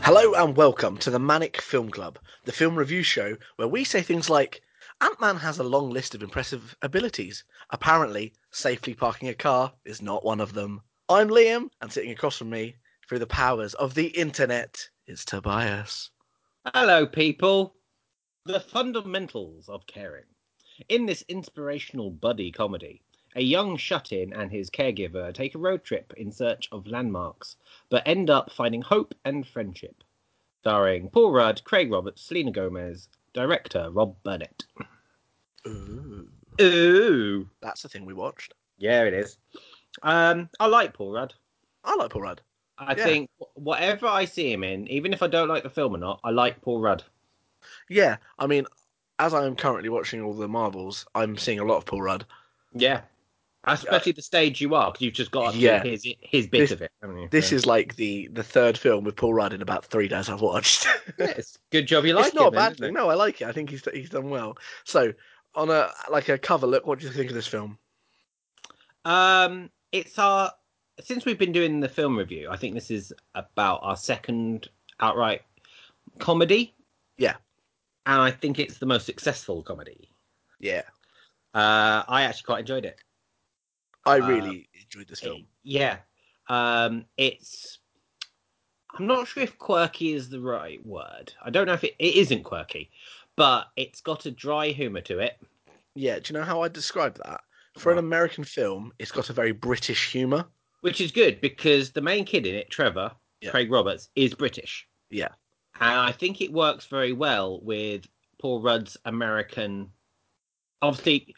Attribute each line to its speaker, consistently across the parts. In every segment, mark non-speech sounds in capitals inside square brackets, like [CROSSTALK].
Speaker 1: Hello and welcome to the Manic Film Club, the film review show where we say things like Ant Man has a long list of impressive abilities. Apparently, safely parking a car is not one of them. I'm Liam, and sitting across from me, through the powers of the internet, is Tobias.
Speaker 2: Hello, people. The fundamentals of caring. In this inspirational buddy comedy, a young shut in and his caregiver take a road trip in search of landmarks, but end up finding hope and friendship. Starring Paul Rudd, Craig Roberts, Selena Gomez, director Rob Burnett.
Speaker 1: Ooh,
Speaker 2: Ooh.
Speaker 1: that's the thing we watched.
Speaker 2: Yeah, it is. Um, I like Paul Rudd.
Speaker 1: I like Paul Rudd.
Speaker 2: I
Speaker 1: Yeah.
Speaker 2: think whatever I see him in, even if I don't like the film or not, I like Paul Rudd.
Speaker 1: Yeah, I mean, as I'm currently watching all the Marvels, I'm seeing a lot of Paul Rudd.
Speaker 2: Yeah. Especially the stage you are, because you've just got to do
Speaker 1: Yeah.
Speaker 2: his, his bit
Speaker 1: This-
Speaker 2: of it, haven't you?
Speaker 1: This
Speaker 2: So-
Speaker 1: is like the the third film with Paul Rudd in about three days I've watched. [LAUGHS]
Speaker 2: Yeah, it's good job you like
Speaker 1: it's not a
Speaker 2: it. then,
Speaker 1: bad
Speaker 2: isn't it?
Speaker 1: thing. No, I like it. I think he's he's done well. So on a like a cover look, what do you think of this film?
Speaker 2: Um, it's our since we've been doing the film review. I think this is about our second outright comedy.
Speaker 1: Yeah.
Speaker 2: and I think it's the most successful comedy.
Speaker 1: Yeah,
Speaker 2: Uh, I actually quite enjoyed it.
Speaker 1: I
Speaker 2: Uh,
Speaker 1: really enjoyed this film.
Speaker 2: Yeah. Um, it's. I'm not sure if quirky is the right word. I don't know if it, it isn't quirky, but it's got a dry humor to it.
Speaker 1: Yeah, do you know how I describe that? For an
Speaker 2: What?
Speaker 1: American film, it's got a very British humour.
Speaker 2: which is good because the main kid in it, Trevor
Speaker 1: Yeah.
Speaker 2: Craig Roberts, is British.
Speaker 1: Yeah.
Speaker 2: and I think it works very well with Paul Rudd's American. Obviously,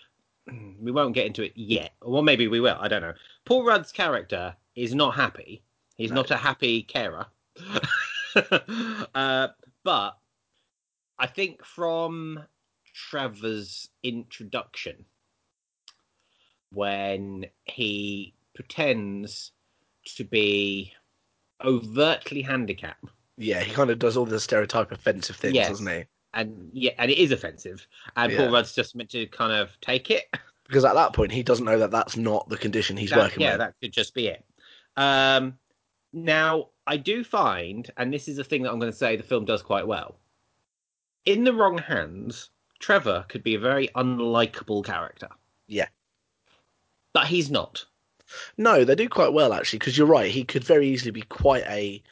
Speaker 2: we won't get into it yet. Well, maybe we will. I don't know. Paul Rudd's character is not happy. He's
Speaker 1: No.
Speaker 2: not a happy carer. [LAUGHS] uh, but I think from Trevor's introduction, when he pretends to be overtly handicapped,
Speaker 1: Yeah, he kind of does all the stereotype offensive things,
Speaker 2: Yes.
Speaker 1: doesn't he?
Speaker 2: and yeah, and it is offensive, and
Speaker 1: Yeah.
Speaker 2: Paul Rudd's just meant to kind of take it.
Speaker 1: Because at that point, he doesn't know that that's not the condition he's
Speaker 2: That-
Speaker 1: working
Speaker 2: yeah,
Speaker 1: with.
Speaker 2: that could just be it. Um, now, I do find, and this is a thing that I'm going to say, the film does quite well. In the wrong hands, Trevor could be a very unlikable character.
Speaker 1: Yeah.
Speaker 2: but he's not.
Speaker 1: No, they do quite well actually. Because you're right, he could very easily be quite a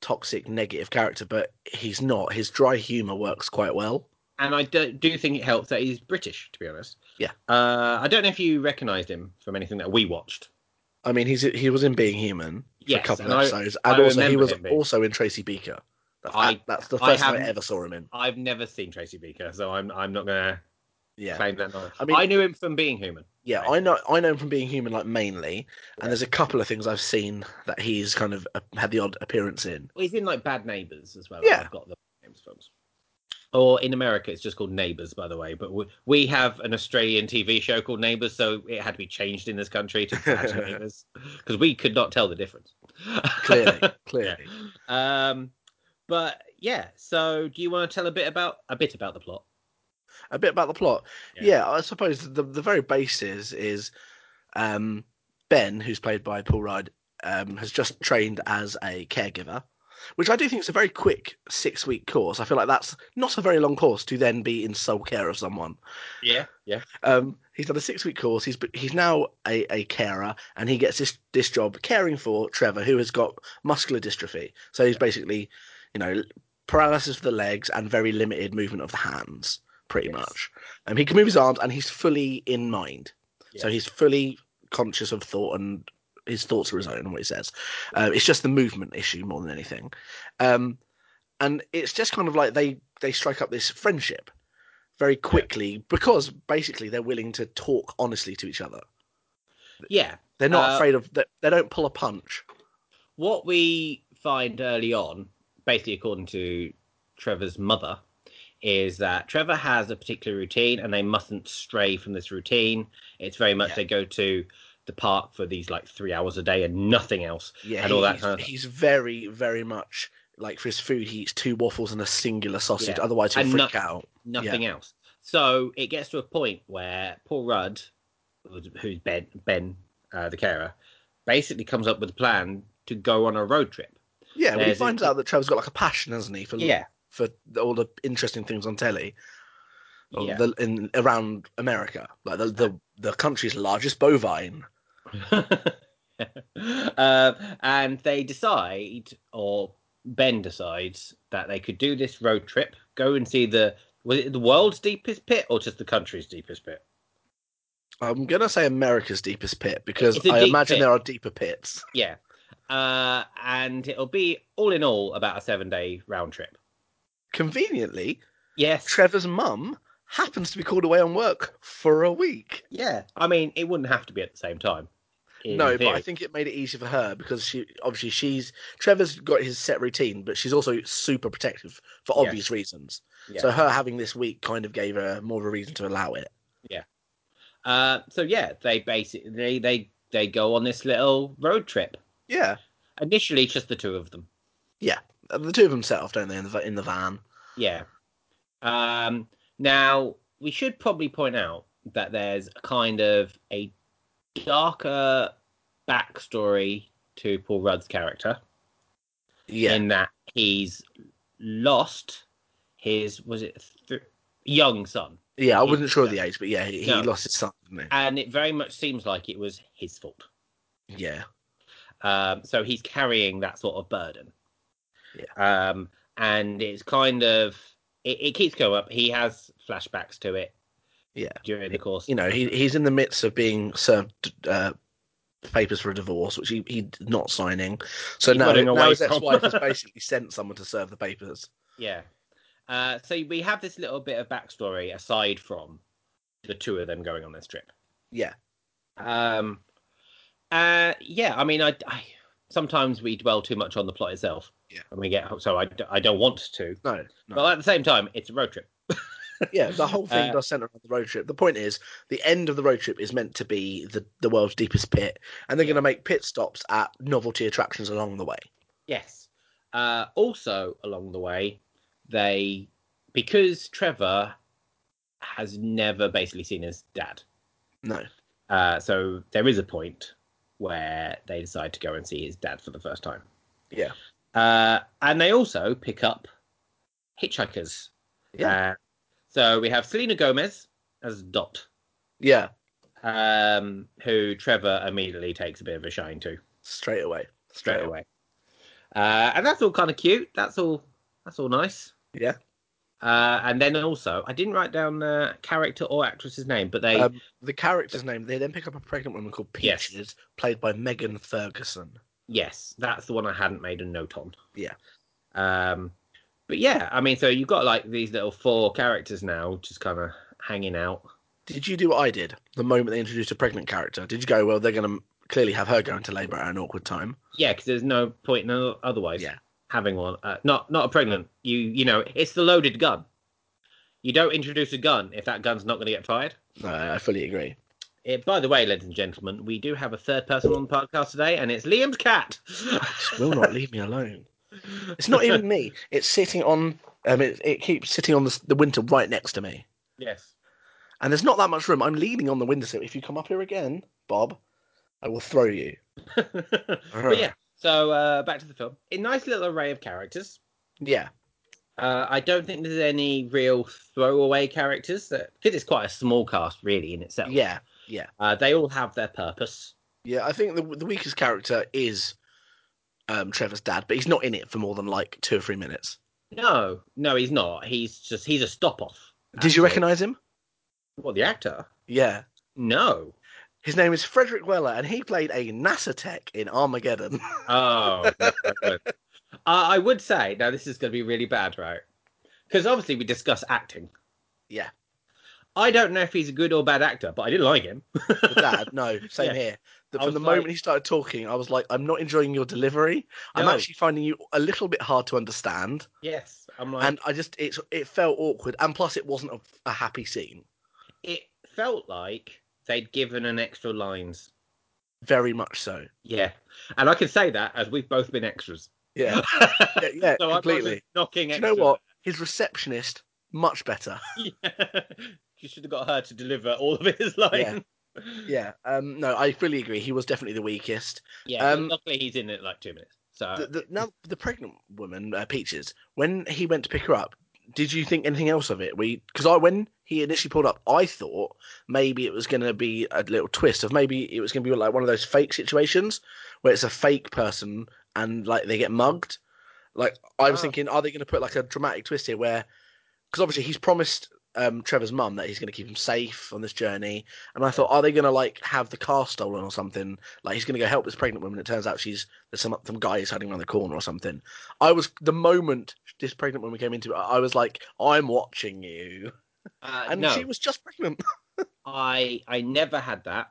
Speaker 1: toxic, negative character, but he's not. His dry humour works quite well.
Speaker 2: and I do, do think it helps that he's British, to be honest.
Speaker 1: Yeah.
Speaker 2: Uh, I don't know if you recognised him from anything that we watched.
Speaker 1: I mean, he's he was in Being Human for
Speaker 2: Yes,
Speaker 1: a couple
Speaker 2: and
Speaker 1: of
Speaker 2: I-
Speaker 1: episodes,
Speaker 2: I
Speaker 1: and also he
Speaker 2: remember
Speaker 1: was
Speaker 2: him being-
Speaker 1: also in Tracy Beaker. That-
Speaker 2: I-
Speaker 1: that's the
Speaker 2: I
Speaker 1: first time I
Speaker 2: haven't-
Speaker 1: ever saw him in.
Speaker 2: I've never seen Tracy Beaker, so I'm I'm not gonna
Speaker 1: Yeah,
Speaker 2: claim that knowledge.
Speaker 1: I
Speaker 2: I,
Speaker 1: mean-
Speaker 2: knew him from Being Human.
Speaker 1: yeah. I know I know him from Being Human, like mainly, and there's a couple of things I've seen that he's kind of uh, had the odd appearance in.
Speaker 2: Well, he's in like Bad Neighbours as well.
Speaker 1: Yeah.
Speaker 2: I've got the names films. Or in America, it's just called Neighbours, by the way. But we, we have an Australian TV show called Neighbours, so it had to be changed in this country
Speaker 1: [LAUGHS]
Speaker 2: to Bad Neighbours because we could not tell the difference. [LAUGHS]
Speaker 1: Clearly, clearly.
Speaker 2: Um, but yeah, so do you want to tell a bit about a bit about the plot?
Speaker 1: a bit about the plot.
Speaker 2: Yeah.
Speaker 1: Yeah, I suppose the the very basis is um, Ben, who's played by Paul Rudd, um, has just trained as a caregiver, which I do think is a very quick six week course. I feel like that's not a very long course to then be in sole care of someone.
Speaker 2: Yeah, yeah.
Speaker 1: Um, he's done a six week course. He's he's now a, a carer, and he gets this this job caring for Trevor, who has got muscular dystrophy. So he's basically, you know, paralysis of the legs and very limited movement of the hands, pretty
Speaker 2: Yes.
Speaker 1: much. Um, he can move his arms, and he's fully in mind. So
Speaker 2: Yeah.
Speaker 1: he's fully conscious of thought, and his thoughts are his own, and what he says. Uh, it's just the movement issue more than anything. Um, and it's just kind of like they they strike up this friendship very quickly because basically they're willing to talk honestly to each other.
Speaker 2: Yeah.
Speaker 1: They're not
Speaker 2: Uh,
Speaker 1: afraid of they, they don't pull a punch.
Speaker 2: What we find early on, basically according to Trevor's mother, is that Trevor has a particular routine and they mustn't stray from this routine. It's very much
Speaker 1: Yeah.
Speaker 2: they go to the park for these like three hours a day and nothing else.
Speaker 1: Yeah,
Speaker 2: and
Speaker 1: he-
Speaker 2: all that
Speaker 1: he's,
Speaker 2: kind of stuff.
Speaker 1: he's very very much like for his food he eats two waffles and a singular sausage
Speaker 2: Yeah.
Speaker 1: otherwise he'll
Speaker 2: And
Speaker 1: freak
Speaker 2: nuts.
Speaker 1: out.
Speaker 2: nothing else. So it gets to a point where Paul Rudd, who's Ben, Ben uh, the carer, basically comes up with a plan to go on a road trip.
Speaker 1: Yeah, well, he
Speaker 2: There's-
Speaker 1: finds out that Trevor's got like a passion, hasn't he, for
Speaker 2: Yeah,
Speaker 1: for all the interesting things on telly, or
Speaker 2: yeah.
Speaker 1: the, in around America, like the, the the country's largest bovine.
Speaker 2: [LAUGHS] um, and they decide, or Ben decides, that they could do this road trip, go and see the was it the world's deepest pit or just the country's deepest pit?
Speaker 1: I'm gonna say America's deepest pit because
Speaker 2: It's a
Speaker 1: I
Speaker 2: deep
Speaker 1: imagine
Speaker 2: pit.
Speaker 1: there are deeper pits.
Speaker 2: Yeah. Uh, and it'll be all in all about a seven day round trip.
Speaker 1: Conveniently,
Speaker 2: Yes.
Speaker 1: Trevor's mum happens to be called away on work for a week.
Speaker 2: Yeah. I mean, it wouldn't have to be at the same time. in
Speaker 1: no, but
Speaker 2: theory.
Speaker 1: I think it made it easy for her because she obviously she's Trevor's got his set routine, but she's also super protective for
Speaker 2: Yes.
Speaker 1: obvious reasons.
Speaker 2: Yeah.
Speaker 1: So her having this week kind of gave her more of a reason to allow it.
Speaker 2: Uh, so yeah, they basically they they go on this little road trip.
Speaker 1: Yeah,
Speaker 2: Initially, just the two of them.
Speaker 1: Uh, the two of them set off, don't they, in the va- in the van?
Speaker 2: Yeah. Um, now we should probably point out that there's a kind of a darker backstory to Paul Rudd's character
Speaker 1: Yeah,
Speaker 2: in that he's lost his was it th- young son,
Speaker 1: yeah. I wasn't sure of the age, but yeah, he, he
Speaker 2: No.
Speaker 1: lost his son. Didn't
Speaker 2: and it very much seems like it was his fault.
Speaker 1: he? Yeah,
Speaker 2: Um, so he's carrying that sort of burden.
Speaker 1: Yeah.
Speaker 2: Um, and it's kind of it, it keeps going up. He has flashbacks to it.
Speaker 1: Yeah.
Speaker 2: During the course.
Speaker 1: you know, he he's in the midst of being served uh, papers for a divorce, which he he's not signing. So
Speaker 2: He's
Speaker 1: now,
Speaker 2: running
Speaker 1: now
Speaker 2: away
Speaker 1: his
Speaker 2: from-
Speaker 1: ex-wife has basically sent someone to serve the papers.
Speaker 2: Yeah. Uh, so we have this little bit of backstory aside from the two of them going on this trip.
Speaker 1: Yeah,
Speaker 2: Um. Uh. Yeah. I mean, I, I sometimes we dwell too much on the plot itself.
Speaker 1: Yeah.
Speaker 2: And we get so I, d- I don't want to,
Speaker 1: no, no.
Speaker 2: but at the same time, it's a road trip.
Speaker 1: yeah, the whole thing
Speaker 2: Uh,
Speaker 1: does centre around the road trip. The point is, the end of the road trip is meant to be the, the world's deepest pit, and they're going to make pit stops at novelty attractions along the way.
Speaker 2: Yes. Uh, also, along the way, they because Trevor has never basically seen his dad,
Speaker 1: No,
Speaker 2: uh, so there is a point where they decide to go and see his dad for the first time.
Speaker 1: Yeah.
Speaker 2: Uh, and they also pick up hitchhikers.
Speaker 1: Yeah.
Speaker 2: Uh, so we have Selena Gomez as Dot,
Speaker 1: yeah,
Speaker 2: um, who Trevor immediately takes a bit of a shine to
Speaker 1: straight away,
Speaker 2: straight away. Uh, and that's all kind of cute. That's all. That's all nice.
Speaker 1: Yeah.
Speaker 2: Uh, and then also, I didn't write down uh, character or actress's name, but they
Speaker 1: Um, the character's name. They then pick up a pregnant woman called
Speaker 2: Yes.
Speaker 1: Peaches, played by Megan Ferguson.
Speaker 2: yes, that's the one I hadn't made a note on.
Speaker 1: Yeah.
Speaker 2: Um, but yeah, I mean, so you've got like these little four characters now, just kind of hanging out.
Speaker 1: Did you do what I did the moment they introduced a pregnant character? Did you go, well, they're going to clearly have her go into labour at an awkward time?
Speaker 2: Yeah, because there's no point in o- otherwise
Speaker 1: Yeah.
Speaker 2: having one. Uh, not not a pregnant. You you know, it's the loaded gun. You don't introduce a gun if that gun's not going to get fired.
Speaker 1: No, I I fully agree.
Speaker 2: Uh, by the way, ladies and gentlemen, we do have a third person on the podcast today, and it's Liam's cat. [LAUGHS]
Speaker 1: Just will not leave me alone. It's not even me. It's sitting on. Um, it, it keeps sitting on the, the winter right next to me,
Speaker 2: yes.
Speaker 1: and there's not that much room. I'm leaning on the windowsill. If you come up here again, Bob, I will throw you.
Speaker 2: but yeah, so uh, back to the film. A nice little array of characters.
Speaker 1: Yeah,
Speaker 2: Uh, I don't think there's any real throwaway characters that because it's quite a small cast really in itself.
Speaker 1: yeah,
Speaker 2: Uh, they all have their purpose.
Speaker 1: yeah. I think the the weakest character is um, Trevor's dad, but he's not in it for more than like two or three minutes.
Speaker 2: No, no, he's not. He's just he's a stop off.
Speaker 1: Did you recognise him?
Speaker 2: Well, the actor?
Speaker 1: Yeah.
Speaker 2: No.
Speaker 1: His name is Frederick Weller, and he played a NASA tech in Armageddon. [LAUGHS]
Speaker 2: Oh, no, no, no. Uh, [LAUGHS] I would say now this is going to be really bad, right? Because obviously we discuss acting.
Speaker 1: Yeah.
Speaker 2: I don't know if he's a good or bad actor, but I didn't like him.
Speaker 1: The dad, no, same
Speaker 2: Yeah.
Speaker 1: here. The,
Speaker 2: I
Speaker 1: from
Speaker 2: was
Speaker 1: the
Speaker 2: like-
Speaker 1: moment he started talking, I was like, I'm not enjoying your delivery. I'm
Speaker 2: No.
Speaker 1: actually finding you a little bit hard to understand,
Speaker 2: Yes, I'm like
Speaker 1: and I just it's it felt awkward, and plus it wasn't a, a happy scene.
Speaker 2: it felt like they'd given an extra lines.
Speaker 1: Very much so.
Speaker 2: [LAUGHS] Yeah, and I can say that as we've both been extras.
Speaker 1: Yeah, yeah, yeah
Speaker 2: [LAUGHS] so I'm not
Speaker 1: completely.
Speaker 2: just knocking.
Speaker 1: Do you
Speaker 2: Extra.
Speaker 1: know what? His receptionist much
Speaker 2: [LAUGHS]
Speaker 1: better.
Speaker 2: Yeah. you should have got her to deliver all of his lines. Yeah.
Speaker 1: Yeah. Um. No, I fully agree. He was definitely the weakest.
Speaker 2: Yeah,
Speaker 1: Um,
Speaker 2: luckily he's in it like two minutes. So
Speaker 1: the, the, now the pregnant woman uh, Peaches, when he went to pick her up, did you think anything else of it? We because I when he initially pulled up, I thought maybe it was going to be a little twist of maybe it was going to be like one of those fake situations where it's a fake person and like they get mugged. Like I was
Speaker 2: Ah.
Speaker 1: thinking, are they going to put like a dramatic twist here where because obviously he's promised um, Trevor's mum that he's going to keep him safe on this journey, and I thought, are they going to like have the car stolen or something? Like he's going to go help this pregnant woman. It turns out she's there's some some guy is hiding around the corner or something. I was the moment this pregnant woman came into it, I I was like, I'm watching you,
Speaker 2: uh,
Speaker 1: and
Speaker 2: no,
Speaker 1: she was just
Speaker 2: [LAUGHS]
Speaker 1: pregnant.
Speaker 2: I I never had that.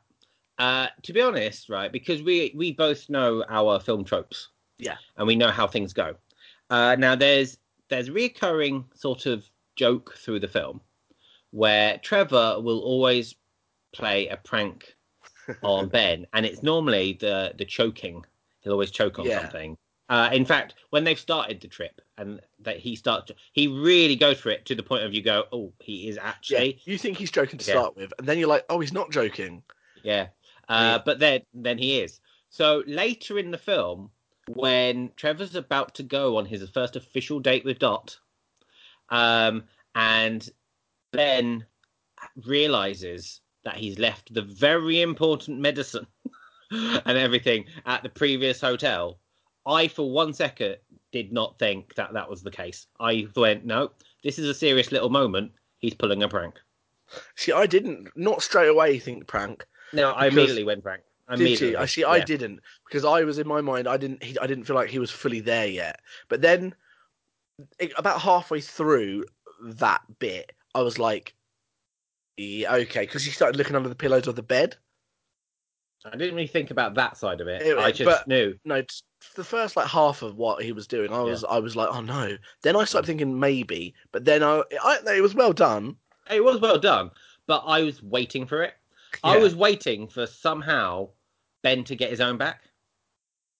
Speaker 2: Uh, to be honest, right, because we we both know our film tropes.
Speaker 1: Yeah.
Speaker 2: And we know how things go. Uh, now there's there's a reoccurring sort of joke through the film where Trevor will always play a
Speaker 1: [LAUGHS]
Speaker 2: prank on Ben, and it's normally the the choking. He'll always choke on
Speaker 1: Yeah.
Speaker 2: something. Uh, in fact, when they've started the trip and that he starts, he really goes for it to the point of you go, oh, he is actually.
Speaker 1: you think he's joking to
Speaker 2: Yeah.
Speaker 1: start with, and then you're like, oh, he's not joking.
Speaker 2: Yeah. Uh,
Speaker 1: Yeah.
Speaker 2: But then then he is. So later in the film, when Trevor's about to go on his first official date with Dot, um, and Ben realizes that he's left the very important medicine [LAUGHS] and everything at the previous hotel, I for one second did not think that that was the case. I went, no, this is a serious little moment. He's pulling a prank.
Speaker 1: See, I didn't not straight away think prank.
Speaker 2: No, I
Speaker 1: Because-
Speaker 2: immediately went prank.
Speaker 1: Did
Speaker 2: Immediately.
Speaker 1: you? I see. I
Speaker 2: Yeah.
Speaker 1: didn't because I was in my mind. I didn't. He, I didn't feel like he was fully there yet. But then, it, about halfway through that bit, I was like, yeah, "Okay," because he started looking under the pillows of the bed.
Speaker 2: I didn't really think about that side of it.
Speaker 1: It-
Speaker 2: I just
Speaker 1: but-
Speaker 2: knew.
Speaker 1: No, it's the first like half of what he was doing, I was I was like, "Oh no!" Then I started thinking maybe, but then I, I no, it was well done.
Speaker 2: It was well done, but I was waiting for it. I
Speaker 1: Yeah.
Speaker 2: was waiting for somehow Ben to get his own back.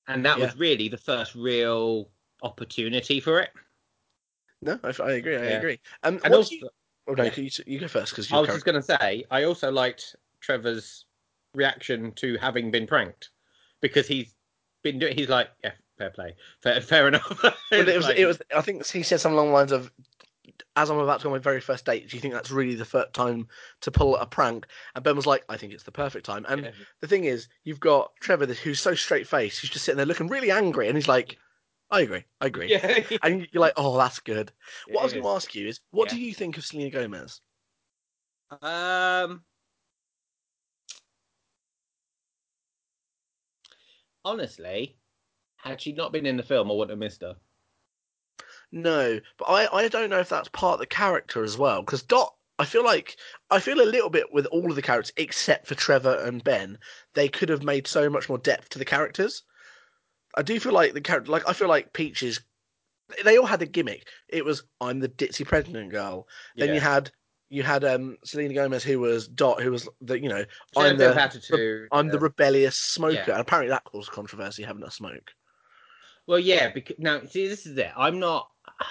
Speaker 2: And that was really the first real opportunity for it.
Speaker 1: No, I, I agree. I
Speaker 2: Yeah.
Speaker 1: agree. Um,
Speaker 2: And
Speaker 1: what
Speaker 2: also,
Speaker 1: do you, oh, no,
Speaker 2: yeah.
Speaker 1: you, you go first because
Speaker 2: I was just going to say, I also liked Trevor's reaction to having been pranked because he's been doing, he's like, yeah, fair play. Fair, fair enough. [LAUGHS]
Speaker 1: Well, it was,
Speaker 2: Like,
Speaker 1: it was. I think he said something along the lines of, "As I'm about to go on my very first date, do you think that's really the first time to pull a prank?" And Ben was like, "I think it's the perfect time." And
Speaker 2: yeah.
Speaker 1: the thing is, you've got Trevor, this- who's so straight faced, he's just sitting there looking really angry, and he's like, "I agree, I agree."
Speaker 2: Yeah.
Speaker 1: And you're like, "Oh, that's good." [LAUGHS] What I was going to ask you is, what
Speaker 2: Yeah.
Speaker 1: do you think of Selena Gomez?
Speaker 2: Um, honestly, had she not been in the film, I wouldn't have missed her.
Speaker 1: No, but I, I don't know if that's part of the character as well because Dot. I feel like I feel a little bit with all of the characters except for Trevor and Ben. They could have made so much more depth to the characters. I do feel like the character, like I feel like Peaches. They all had a gimmick. It was I'm the ditzy pregnant girl. Then you had you had um Selena Gomez who was Dot who was the you know
Speaker 2: She had a
Speaker 1: I'm
Speaker 2: bit of
Speaker 1: the-
Speaker 2: attitude.
Speaker 1: I'm the
Speaker 2: uh,
Speaker 1: rebellious smoker
Speaker 2: Yeah.
Speaker 1: and apparently that caused controversy having a smoke.
Speaker 2: well, yeah. Because now, see, this is it. I'm not. [SIGHS]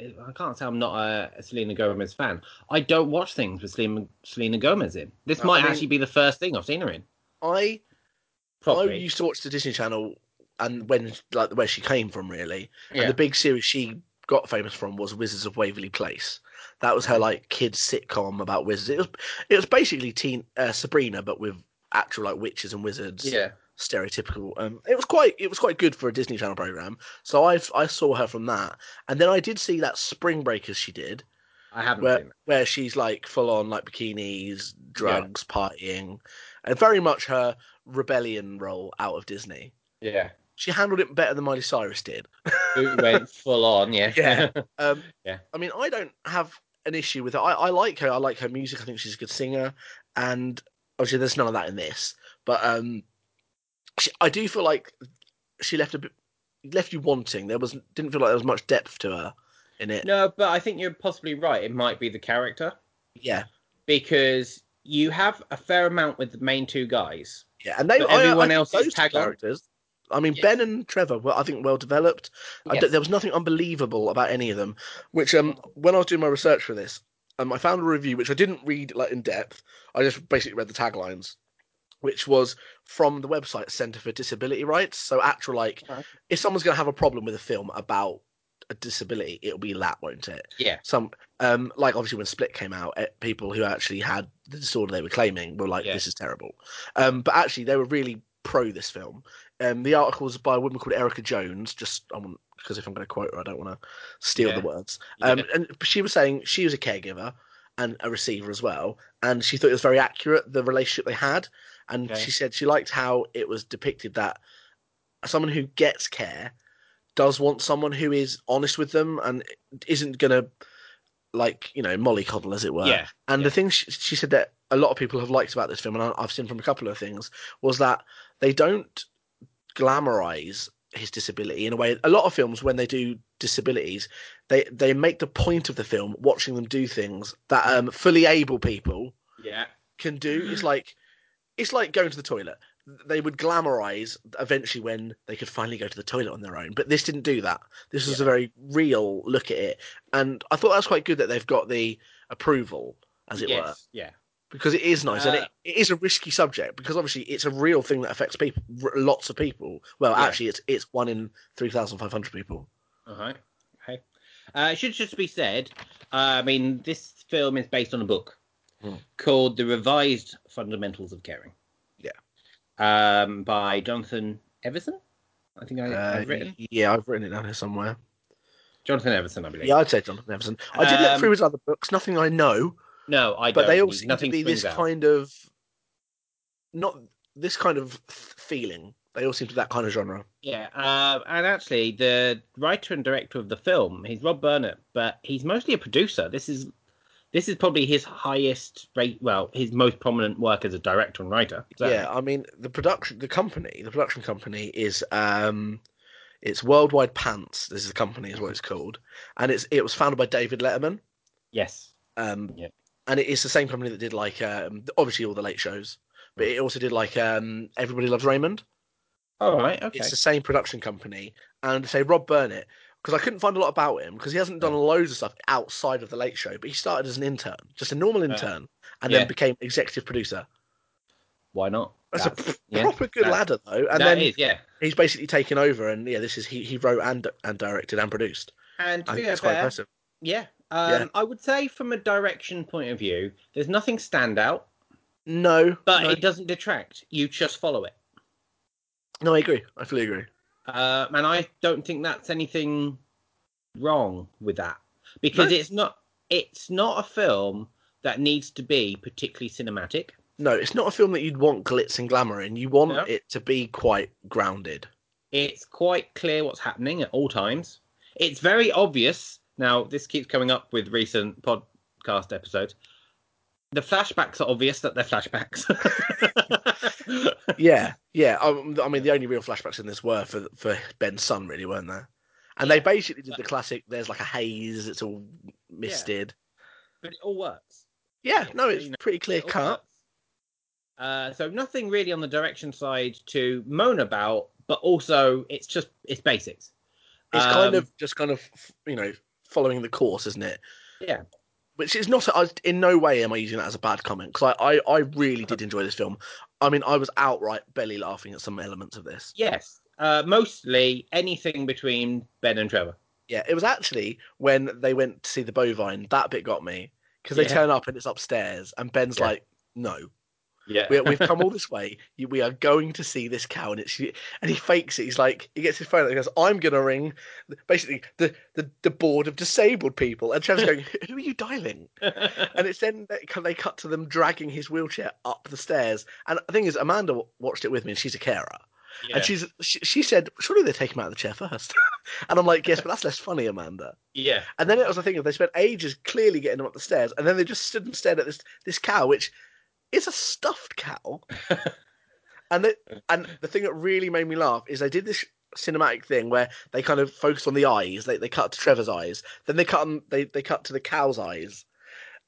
Speaker 2: I can't say I'm not a, a Selena Gomez fan. I don't watch things with Selena, Selena Gomez in. This
Speaker 1: Well, I
Speaker 2: might
Speaker 1: mean-
Speaker 2: actually be the first thing I've seen her in.
Speaker 1: I I
Speaker 2: Probably.
Speaker 1: used to watch the Disney Channel and when like where she came from really.
Speaker 2: Yeah.
Speaker 1: And the big series she got famous from was Wizards of Waverly Place. That was her like kids sitcom about wizards. It was it was basically teen uh, Sabrina but with actual like witches and wizards.
Speaker 2: yeah.
Speaker 1: Stereotypical. Um, it was quite it was quite good for a Disney Channel program. So I I saw her from that, and then I did see that Spring Breakers she did
Speaker 2: I haven't
Speaker 1: where
Speaker 2: seen it.
Speaker 1: where she's like full on like bikinis, drugs, partying, and very much her rebellion role out of Disney.
Speaker 2: Yeah.
Speaker 1: She handled it better than Miley Cyrus did.
Speaker 2: Who went full on? Yeah.
Speaker 1: [LAUGHS] Yeah. Um,
Speaker 2: Yeah.
Speaker 1: I mean, I don't have an issue with her. I, I like her. I like her music. I think she's a good singer, and obviously there's none of that in this. But um, she, I do feel like she left a bit, left you wanting. There was didn't feel like there was much depth to her in it.
Speaker 2: [LAUGHS] no, but I think you're possibly right. It might be the character.
Speaker 1: Yeah,
Speaker 2: because you have a fair amount with the main two guys.
Speaker 1: yeah, and they
Speaker 2: But
Speaker 1: I- I
Speaker 2: everyone
Speaker 1: think
Speaker 2: else is
Speaker 1: those two
Speaker 2: tag on.
Speaker 1: characters. I mean,
Speaker 2: Yeah.
Speaker 1: Ben and Trevor were, I think, well developed. I don't-
Speaker 2: Yes.
Speaker 1: there was nothing unbelievable about any of them. Which, um, when I was doing my research for this, um, I found a review which I didn't read like in depth. I just basically read the taglines, which was from the website Center for Disability Rights. So actual like
Speaker 2: Right.
Speaker 1: if someone's gonna have a problem with a film about a disability, it'll be that, won't it?
Speaker 2: Yeah.
Speaker 1: Some um like obviously when Split came out, eh, people who actually had the disorder they were claiming were like,
Speaker 2: Yeah.
Speaker 1: This is terrible. Um but actually they were really pro this film. Um the article was by a woman called Erica Jones, just I want because if I'm gonna quote her I don't wanna steal
Speaker 2: Yeah.
Speaker 1: the words.
Speaker 2: Yeah.
Speaker 1: Um, and she was saying she was a caregiver and a receiver as well, and she thought it was very accurate the relationship they had. And
Speaker 2: Okay.
Speaker 1: she said she liked how it was depicted that someone who gets care does want someone who is honest with them and isn't gonna like you know mollycoddle as it were.
Speaker 2: yeah.
Speaker 1: And
Speaker 2: Yeah.
Speaker 1: the thing she, she said that a lot of people have liked about this film, and I- I've seen from a couple of things, was that they don't glamorize his disability in a way. A lot of films, when they do disabilities, they they make the point of the film watching them do things that um, fully able people
Speaker 2: Yeah.
Speaker 1: can do.
Speaker 2: [GASPS]
Speaker 1: It's like it's like going to the toilet. They would glamorize eventually when they could finally go to the toilet on their own, but this didn't do that. This was a very real look at it, and I thought that's quite good that they've got the approval, as it
Speaker 2: yes.
Speaker 1: were,
Speaker 2: Yeah.
Speaker 1: because it is nice and
Speaker 2: Uh,
Speaker 1: it, it is a risky subject because obviously it's a real thing that affects people, r- lots of people. Well,
Speaker 2: Yeah.
Speaker 1: actually, it's it's one in three thousand five hundred people.
Speaker 2: Uh-huh. Okay. Uh, it should just be said, uh, I mean, this film is based on a book
Speaker 1: Hmm.
Speaker 2: called The Revised Fundamentals of Caring.
Speaker 1: Yeah.
Speaker 2: Um, by Jonathan Everson, I think I,
Speaker 1: Uh,
Speaker 2: I've written.
Speaker 1: Yeah, I've written it down here somewhere.
Speaker 2: Jonathan Everson, I believe.
Speaker 1: Yeah, I'd say Jonathan Everson. I did look
Speaker 2: Um,
Speaker 1: through his other books, nothing I know.
Speaker 2: No,
Speaker 1: but
Speaker 2: I don't.
Speaker 1: they all
Speaker 2: He-
Speaker 1: seem to
Speaker 2: nothing
Speaker 1: be this
Speaker 2: springs out.
Speaker 1: kind of not this kind of th- feeling. They all seem to be that kind of genre.
Speaker 2: Yeah, uh, and actually, the writer and director of the film, he's Rob Burnett, but he's mostly a producer. This is this is probably his highest rate, well, his most prominent work as a director and writer. So,
Speaker 1: Yeah, I mean the production, the company, the production company is um, it's Worldwide Pants. This is the company, is what it's called, and it's it was founded by David Letterman.
Speaker 2: Yes.
Speaker 1: Um,
Speaker 2: Yeah.
Speaker 1: and it is the same company that did like um, obviously all the late shows, but
Speaker 2: Mm.
Speaker 1: it also did like um, Everybody Loves Raymond.
Speaker 2: All right. Okay.
Speaker 1: It's the same production company, and say Rob Burnett because I couldn't find a lot about him because he hasn't done loads of stuff outside of the Late Show. But he started as an intern, just a normal intern, and
Speaker 2: yeah.
Speaker 1: then became executive producer.
Speaker 2: Why not?
Speaker 1: That's, a
Speaker 2: That's-
Speaker 1: p-
Speaker 2: yeah,
Speaker 1: proper good
Speaker 2: that-
Speaker 1: ladder though, and
Speaker 2: that
Speaker 1: then
Speaker 2: is, yeah.
Speaker 1: he's basically taken over. And yeah, this is he he wrote and and directed and produced.
Speaker 2: And to
Speaker 1: I
Speaker 2: be
Speaker 1: think it's quite
Speaker 2: fair,
Speaker 1: impressive.
Speaker 2: yeah, um,
Speaker 1: Yeah.
Speaker 2: I would say from a direction point of view, there's nothing standout,
Speaker 1: No,
Speaker 2: but
Speaker 1: no,
Speaker 2: it doesn't detract. You just follow it,
Speaker 1: no, I agree. I fully agree.
Speaker 2: um, and I don't think that's anything wrong with that because
Speaker 1: No.
Speaker 2: it's not it's not a film that needs to be particularly cinematic.
Speaker 1: No, it's not a film that you'd want glitz and glamour in. You want
Speaker 2: No.
Speaker 1: it to be quite grounded.
Speaker 2: It's quite clear what's happening at all times. It's very obvious. Now, this keeps coming up with recent podcast episodes. The flashbacks are obvious that they're flashbacks. [LAUGHS]
Speaker 1: yeah, yeah. Um, I mean, the only real flashbacks in this were for for Ben's son, really, weren't there? And they
Speaker 2: Yeah.
Speaker 1: basically did the classic. There's like a haze. It's all misted.
Speaker 2: but it all works.
Speaker 1: Yeah, no,
Speaker 2: You
Speaker 1: it's
Speaker 2: know,
Speaker 1: pretty clear
Speaker 2: It all
Speaker 1: cut.
Speaker 2: works. Uh, so nothing really on the direction side to moan about, but also it's just it's basics.
Speaker 1: It's kind
Speaker 2: Um,
Speaker 1: of just kind of you know following the course, isn't it?
Speaker 2: Yeah.
Speaker 1: Which is not. I, in no way am I using that as a bad comment because I, I I really did enjoy this film. I mean, I was outright belly laughing at some elements of this.
Speaker 2: yes, uh, mostly anything between Ben and Trevor.
Speaker 1: Yeah, it was actually when they went to see the bovine that bit got me because they
Speaker 2: Yeah.
Speaker 1: turn up and it's upstairs and Ben's
Speaker 2: Yeah.
Speaker 1: like, no.
Speaker 2: Yeah,
Speaker 1: [LAUGHS]
Speaker 2: [LAUGHS]
Speaker 1: we, we've come all this way. You, we are going to see this cow, and it's and he fakes it. He's like, he gets his phone out and he goes, "I'm gonna ring." Basically, the the, the board of disabled people, and Trevor's going, "Who are you dialing?" And it's then they, cu- they cut to them dragging his wheelchair up the stairs. And the thing is, Amanda w- watched it with me, and she's a carer, and she's she, she said, "Surely they take him out of the chair first. [LAUGHS] and I'm like, "Yes, but that's less funny, Amanda."
Speaker 2: yeah,
Speaker 1: And then it was a thing of they spent ages clearly getting him up the stairs, and then they just stood and stared at this this cow, which is a stuffed cow. and they, and the thing that really made me laugh is they did this cinematic thing where they kind of focused on the eyes. They they cut to Trevor's eyes, then they cut on, they they cut to the cow's eyes.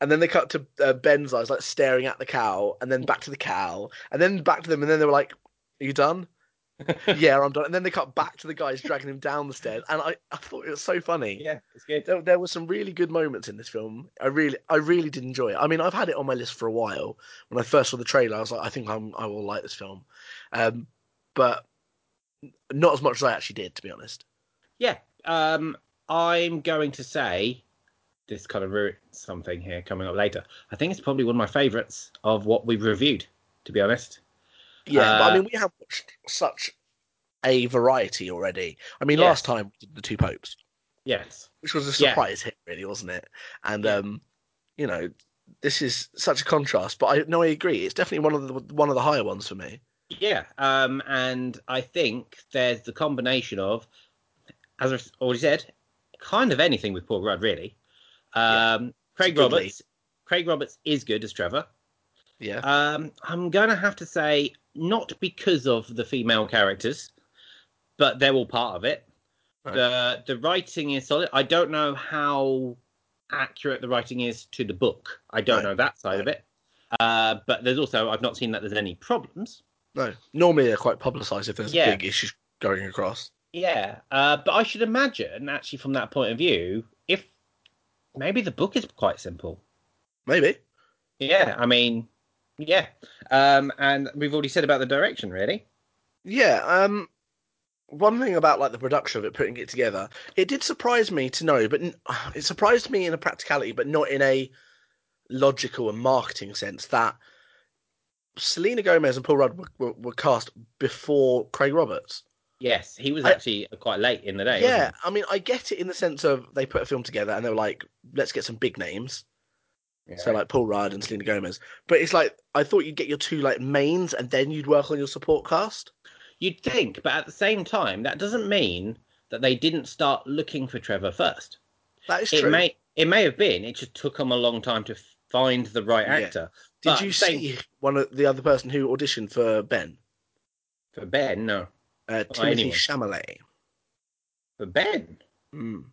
Speaker 1: And then they cut to uh, Ben's eyes, like staring at the cow, and then back to the cow, and then back to them, and then they were like, "Are you done? yeah, I'm done. And then they cut back to the guys dragging him down the stairs, and I, I thought it was so funny.
Speaker 2: Yeah, it's good.
Speaker 1: There, there were some really good moments in this film. I really, I really did enjoy it. I mean, I've had it on my list for a while. When I first saw the trailer, I was like, I think I'm, I will like this film, um, but not as much as I actually did, to be honest.
Speaker 2: Yeah, um, I'm going to say this kind of ruins something here coming up later. I think it's probably one of my favourites of what we've reviewed, to be honest.
Speaker 1: Yeah, but I
Speaker 2: Uh,
Speaker 1: mean, we have watched such a variety already. I mean,
Speaker 2: Yeah.
Speaker 1: last time we did the two popes,
Speaker 2: Yes.
Speaker 1: which was a
Speaker 2: Yeah.
Speaker 1: surprise hit, really, wasn't it? And
Speaker 2: Yeah.
Speaker 1: um, you know, this is such a contrast. But I no, I agree. It's definitely one of the one of the higher ones for me.
Speaker 2: Yeah, um, and I think there's the combination of, as I've already said, kind of anything with Paul Rudd, really. Um, Craig
Speaker 1: good
Speaker 2: Roberts. Craig Roberts is good as Trevor.
Speaker 1: Yeah,
Speaker 2: Um, I'm going to have to say, not because of the female characters, but they're all part of it.
Speaker 1: Right.
Speaker 2: The the writing is solid. I don't know how accurate the writing is to the book. I don't
Speaker 1: Right.
Speaker 2: know that side of it. Uh, but there's also I've not seen that there's any problems.
Speaker 1: no. Normally they're quite publicised if there's
Speaker 2: Yeah.
Speaker 1: big issues going across.
Speaker 2: Yeah, uh, but I should imagine actually from that point of view, if maybe the book is quite simple.
Speaker 1: Maybe.
Speaker 2: Yeah, I mean, yeah, um, and we've already said about the direction, really.
Speaker 1: Yeah. Um, one thing about like the production of it, putting it together, it did surprise me to know, but n- [SIGHS] it surprised me in a practicality, but not in a logical and marketing sense that Selena Gomez and Paul Rudd were, were, were cast before Craig Roberts.
Speaker 2: Yes, he was
Speaker 1: I-
Speaker 2: actually quite late in the day.
Speaker 1: yeah,
Speaker 2: wasn't
Speaker 1: I mean, I get it in the sense of they put a film together and they were like, let's get some big names.
Speaker 2: he?
Speaker 1: So like Paul Rudd and Selena Gomez, but it's like I thought you'd get your two like mains and then you'd work on your support cast.
Speaker 2: You'd think, but at the same time, that doesn't mean that they didn't start looking for Trevor first.
Speaker 1: That is
Speaker 2: it
Speaker 1: true.
Speaker 2: may it may have been. It just took them a long time to find the right
Speaker 1: Yeah.
Speaker 2: actor.
Speaker 1: Did
Speaker 2: but
Speaker 1: you
Speaker 2: same-
Speaker 1: see one of the other person who auditioned for Ben?
Speaker 2: For Ben, no.
Speaker 1: Uh,
Speaker 2: Oh,
Speaker 1: Timothy
Speaker 2: anyone.
Speaker 1: Chalamet.
Speaker 2: For Ben,
Speaker 1: Mm,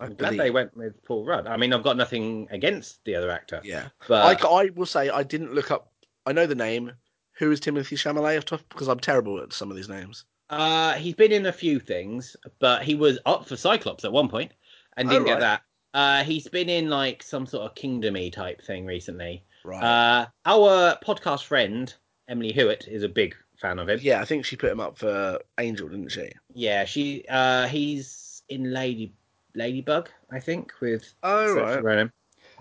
Speaker 1: I
Speaker 2: I'm glad
Speaker 1: believe.
Speaker 2: they went with Paul Rudd. I mean, I've got nothing against the other actor,
Speaker 1: Yeah. I,
Speaker 2: but
Speaker 1: ca- I will say I didn't look up. I know the name. Who is Timothy Chalamet? off the top- Because I'm terrible at some of these names.
Speaker 2: uh, he's been in a few things. But he was up for Cyclops at one point and
Speaker 1: Oh,
Speaker 2: didn't
Speaker 1: right.
Speaker 2: get that. Uh, he's been in like some sort of kingdomy type thing recently.
Speaker 1: Right.
Speaker 2: Uh, our podcast friend Emily Hewitt is a big fan of him.
Speaker 1: yeah, I think she put him up for Angel, didn't she?
Speaker 2: Yeah, she. Uh, he's in Lady Ladybug, I think, with
Speaker 1: Oh
Speaker 2: Saoirse Ronan.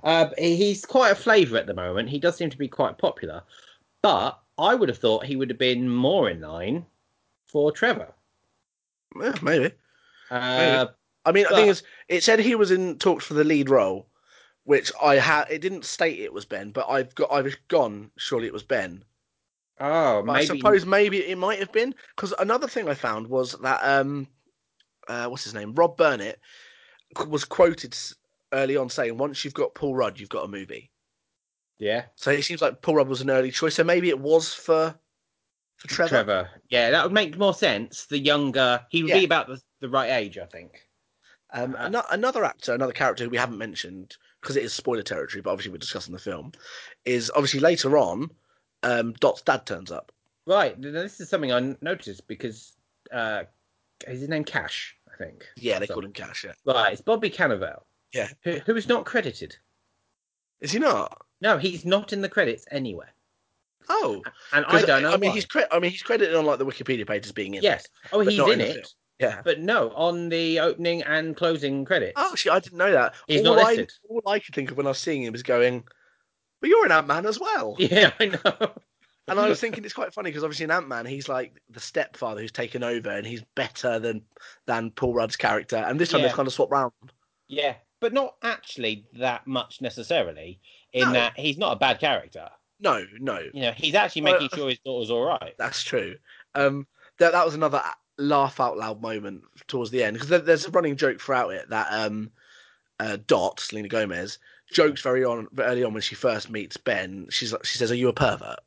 Speaker 2: Uh, but he- he's quite a flavour at the moment. He does seem to be quite popular, but I would have thought he would have been more in line for Trevor.
Speaker 1: Yeah, maybe.
Speaker 2: Uh,
Speaker 1: I mean, the
Speaker 2: But-
Speaker 1: thing is, it said he was in talks for the lead role, which I had. It didn't state it was Ben, but I've got. I've gone. Surely it was Ben.
Speaker 2: oh,
Speaker 1: But
Speaker 2: maybe.
Speaker 1: I suppose maybe it might have been because another thing I found was that um, uh, what's his name, Rob Burnett, qu- was quoted s- early on saying, "Once you've got Paul Rudd, you've got a movie."
Speaker 2: yeah,
Speaker 1: So it seems like Paul Rudd was an early choice. So maybe it was for for Trevor.
Speaker 2: Trevor. Yeah, that would make more sense. The younger, he would
Speaker 1: Yeah.
Speaker 2: be about the, the right age, I think.
Speaker 1: Um,
Speaker 2: Uh,
Speaker 1: ano- another actor, another character who we haven't mentioned because it is spoiler territory, but obviously we're discussing the film, is obviously later on. Um, Dot's dad turns up.
Speaker 2: Right. th- This is something I n- noticed because uh, is his name Cash, I think.
Speaker 1: Yeah, they
Speaker 2: So-
Speaker 1: called him Cash. Yeah.
Speaker 2: Right, it's Bobby Cannavale.
Speaker 1: Yeah.
Speaker 2: Who, who is not credited.
Speaker 1: Is he not?
Speaker 2: No, he's not in the credits anywhere.
Speaker 1: Oh,
Speaker 2: And I
Speaker 1: 'Cause,
Speaker 2: don't know.
Speaker 1: I mean,
Speaker 2: why.
Speaker 1: he's cre- I mean, he's credited on like the Wikipedia page as being in.
Speaker 2: Yes. Oh,
Speaker 1: but
Speaker 2: he's
Speaker 1: not in
Speaker 2: in,
Speaker 1: the
Speaker 2: it.
Speaker 1: film. Yeah.
Speaker 2: But no, on the opening and closing credits.
Speaker 1: Oh, shit, I didn't know that.
Speaker 2: He's
Speaker 1: all
Speaker 2: not
Speaker 1: I,
Speaker 2: listed.
Speaker 1: all I could think of when I was seeing him was going, but you're an Ant Man as well.
Speaker 2: [LAUGHS] Yeah, I know.
Speaker 1: And I was thinking it's quite funny because obviously in Ant Man he's like the stepfather who's taken over and he's better than than Paul Rudd's character. And this time
Speaker 2: Yeah.
Speaker 1: they've kind of swapped round.
Speaker 2: Yeah, but not actually that much necessarily. In
Speaker 1: No.
Speaker 2: that he's not a bad character.
Speaker 1: No, no,
Speaker 2: You know, he's actually
Speaker 1: Well,
Speaker 2: making sure his daughter's all right. [LAUGHS]
Speaker 1: that's true. Um, that that was another laugh out loud moment towards the end because there, there's a running joke throughout it that um, uh, Dot Selena Gomez jokes very on very early on when she first meets Ben. She's like- she says, "Are you a pervert?"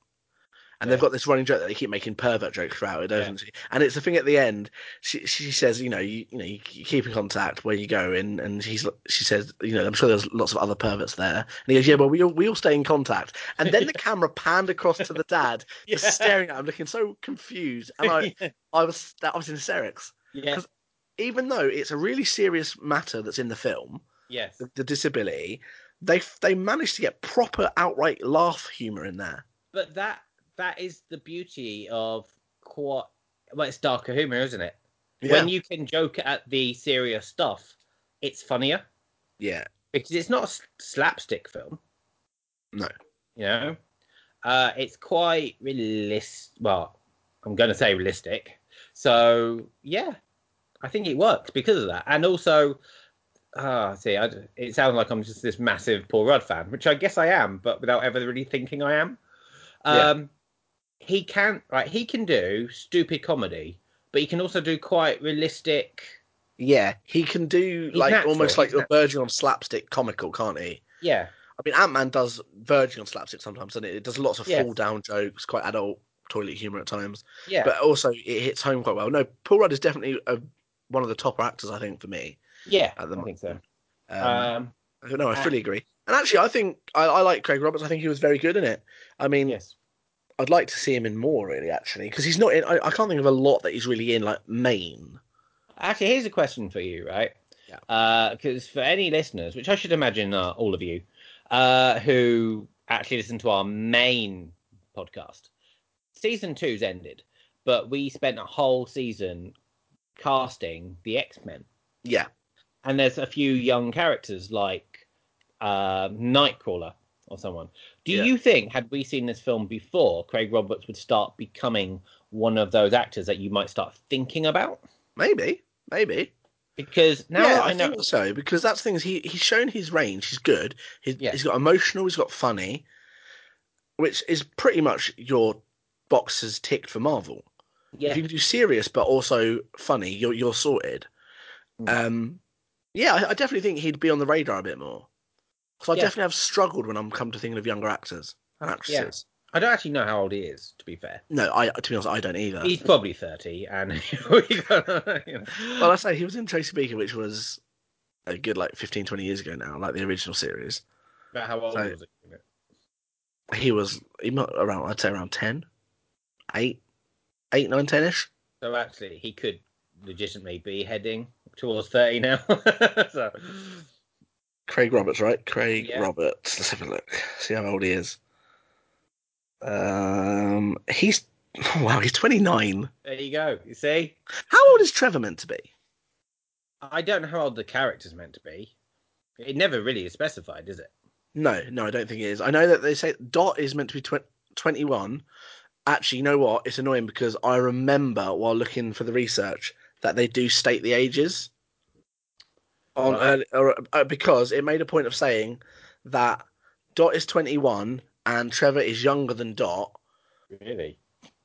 Speaker 1: And
Speaker 2: Yeah.
Speaker 1: they've got this running joke that they keep making pervert jokes throughout it, doesn't she? And it's the thing at the end. She she says, you know, you, you know, you you keep in contact where you go, and and she's she says, you know, I'm sure there's lots of other perverts there. And he goes, yeah, well, we all we all stay in contact. And
Speaker 2: [LAUGHS]
Speaker 1: then the camera panned across to the dad, [LAUGHS] just staring at him, looking so confused. And I
Speaker 2: [LAUGHS] yeah.
Speaker 1: I was I was in hysterics,
Speaker 2: Yes.
Speaker 1: even though it's a really serious matter that's in the film
Speaker 2: Yes.
Speaker 1: the, the disability, they they managed to get proper outright laugh humor in there.
Speaker 2: But that that is the beauty of quite well, it's darker humor, isn't it? When you can joke at the serious stuff, it's funnier
Speaker 1: yeah,
Speaker 2: because it's not a s- slapstick film.
Speaker 1: No.
Speaker 2: You know, uh, it's quite realistic. Well, I'm going to say realistic. So yeah, I think it works because of that, and also. Ah, see, I, d- it sounds like I'm just this massive Paul Rudd fan, which I guess I am, but without ever really thinking I am.
Speaker 1: Yeah.
Speaker 2: Um, He can, right? He can do stupid comedy, but he can also do quite realistic.
Speaker 1: yeah, he can do
Speaker 2: He's
Speaker 1: like
Speaker 2: natural,
Speaker 1: almost like
Speaker 2: he's
Speaker 1: you're
Speaker 2: natural.
Speaker 1: verging on slapstick comical, can't he?
Speaker 2: Yeah,
Speaker 1: I mean, Ant Man does verging on slapstick sometimes, and it? it does lots of
Speaker 2: Yes.
Speaker 1: fall down jokes, quite adult toilet humor at times,
Speaker 2: yeah,
Speaker 1: but also it hits home quite well. No, Paul Rudd is definitely a, one of the top actors, I think, for me.
Speaker 2: yeah.
Speaker 1: at the
Speaker 2: I think so.
Speaker 1: Um,
Speaker 2: um,
Speaker 1: no, I fully agree. And actually, I think I, I like Craig Roberts. I think he was very good in it. I mean,
Speaker 2: Um, yes.
Speaker 1: I'd like to see him in more, really, actually, because he's not in. I, I can't think of a lot that he's really in, like main.
Speaker 2: Actually, here's a question for you, right?
Speaker 1: Yeah.
Speaker 2: Because for any listeners, which I should imagine are all of you, uh, who actually listen to our main podcast, season two's ended, but we spent a whole season casting the X Men,
Speaker 1: Yeah,
Speaker 2: and there's a few young characters like uh, Nightcrawler or someone. Do
Speaker 1: Yeah.
Speaker 2: you think had we seen this film before, Craig Roberts would start becoming one of those actors that you might start thinking about?
Speaker 1: maybe, maybe.
Speaker 2: Because now
Speaker 1: yeah,
Speaker 2: that
Speaker 1: I,
Speaker 2: I, know,
Speaker 1: think so because that's the thing is he he's shown his range. He's good. He's,
Speaker 2: Yeah.
Speaker 1: he's got emotional. He's got funny, which is pretty much your boxes ticked for Marvel.
Speaker 2: yeah,
Speaker 1: If you can do serious but also funny, you're you're sorted.
Speaker 2: Mm.
Speaker 1: Um, yeah, I, I definitely think he'd be on the radar a bit more. Because I
Speaker 2: Yeah.
Speaker 1: definitely have struggled when I'm come to thinking of younger actors and actresses.
Speaker 2: I don't actually know how old he is. To be fair,
Speaker 1: No, I to be honest, I don't either.
Speaker 2: he's probably thirty, and [LAUGHS] we gotta- you know.
Speaker 1: Well, I say he was in Tracy Beaker, which was a good like 15, 20 years ago now, like the original series.
Speaker 2: About how old
Speaker 1: so-
Speaker 2: was he?
Speaker 1: He was he mu- around, I'd say around 10, 8, 8, 9, 10 ish.
Speaker 2: So actually, he could legitimately be heading towards thirty now. [LAUGHS] so,
Speaker 1: Craig Roberts, right? Craig
Speaker 2: Yeah.
Speaker 1: Roberts. Let's have a look. See how old he is. Um, he's oh, wow, he's 29.
Speaker 2: there you go. You see,
Speaker 1: How old is Trevor meant to be?
Speaker 2: I don't know how old the character's meant to be. It never really is specified, is it?
Speaker 1: No, no, I don't think it is. I know that they say Dot is meant to be tw- 21. Actually, you know what? It's annoying because I remember while looking for the research that they do state the ages on
Speaker 2: Right.
Speaker 1: early, or, uh, because it made a point of saying that Dot is 21 and Trevor is younger than Dot
Speaker 2: Really?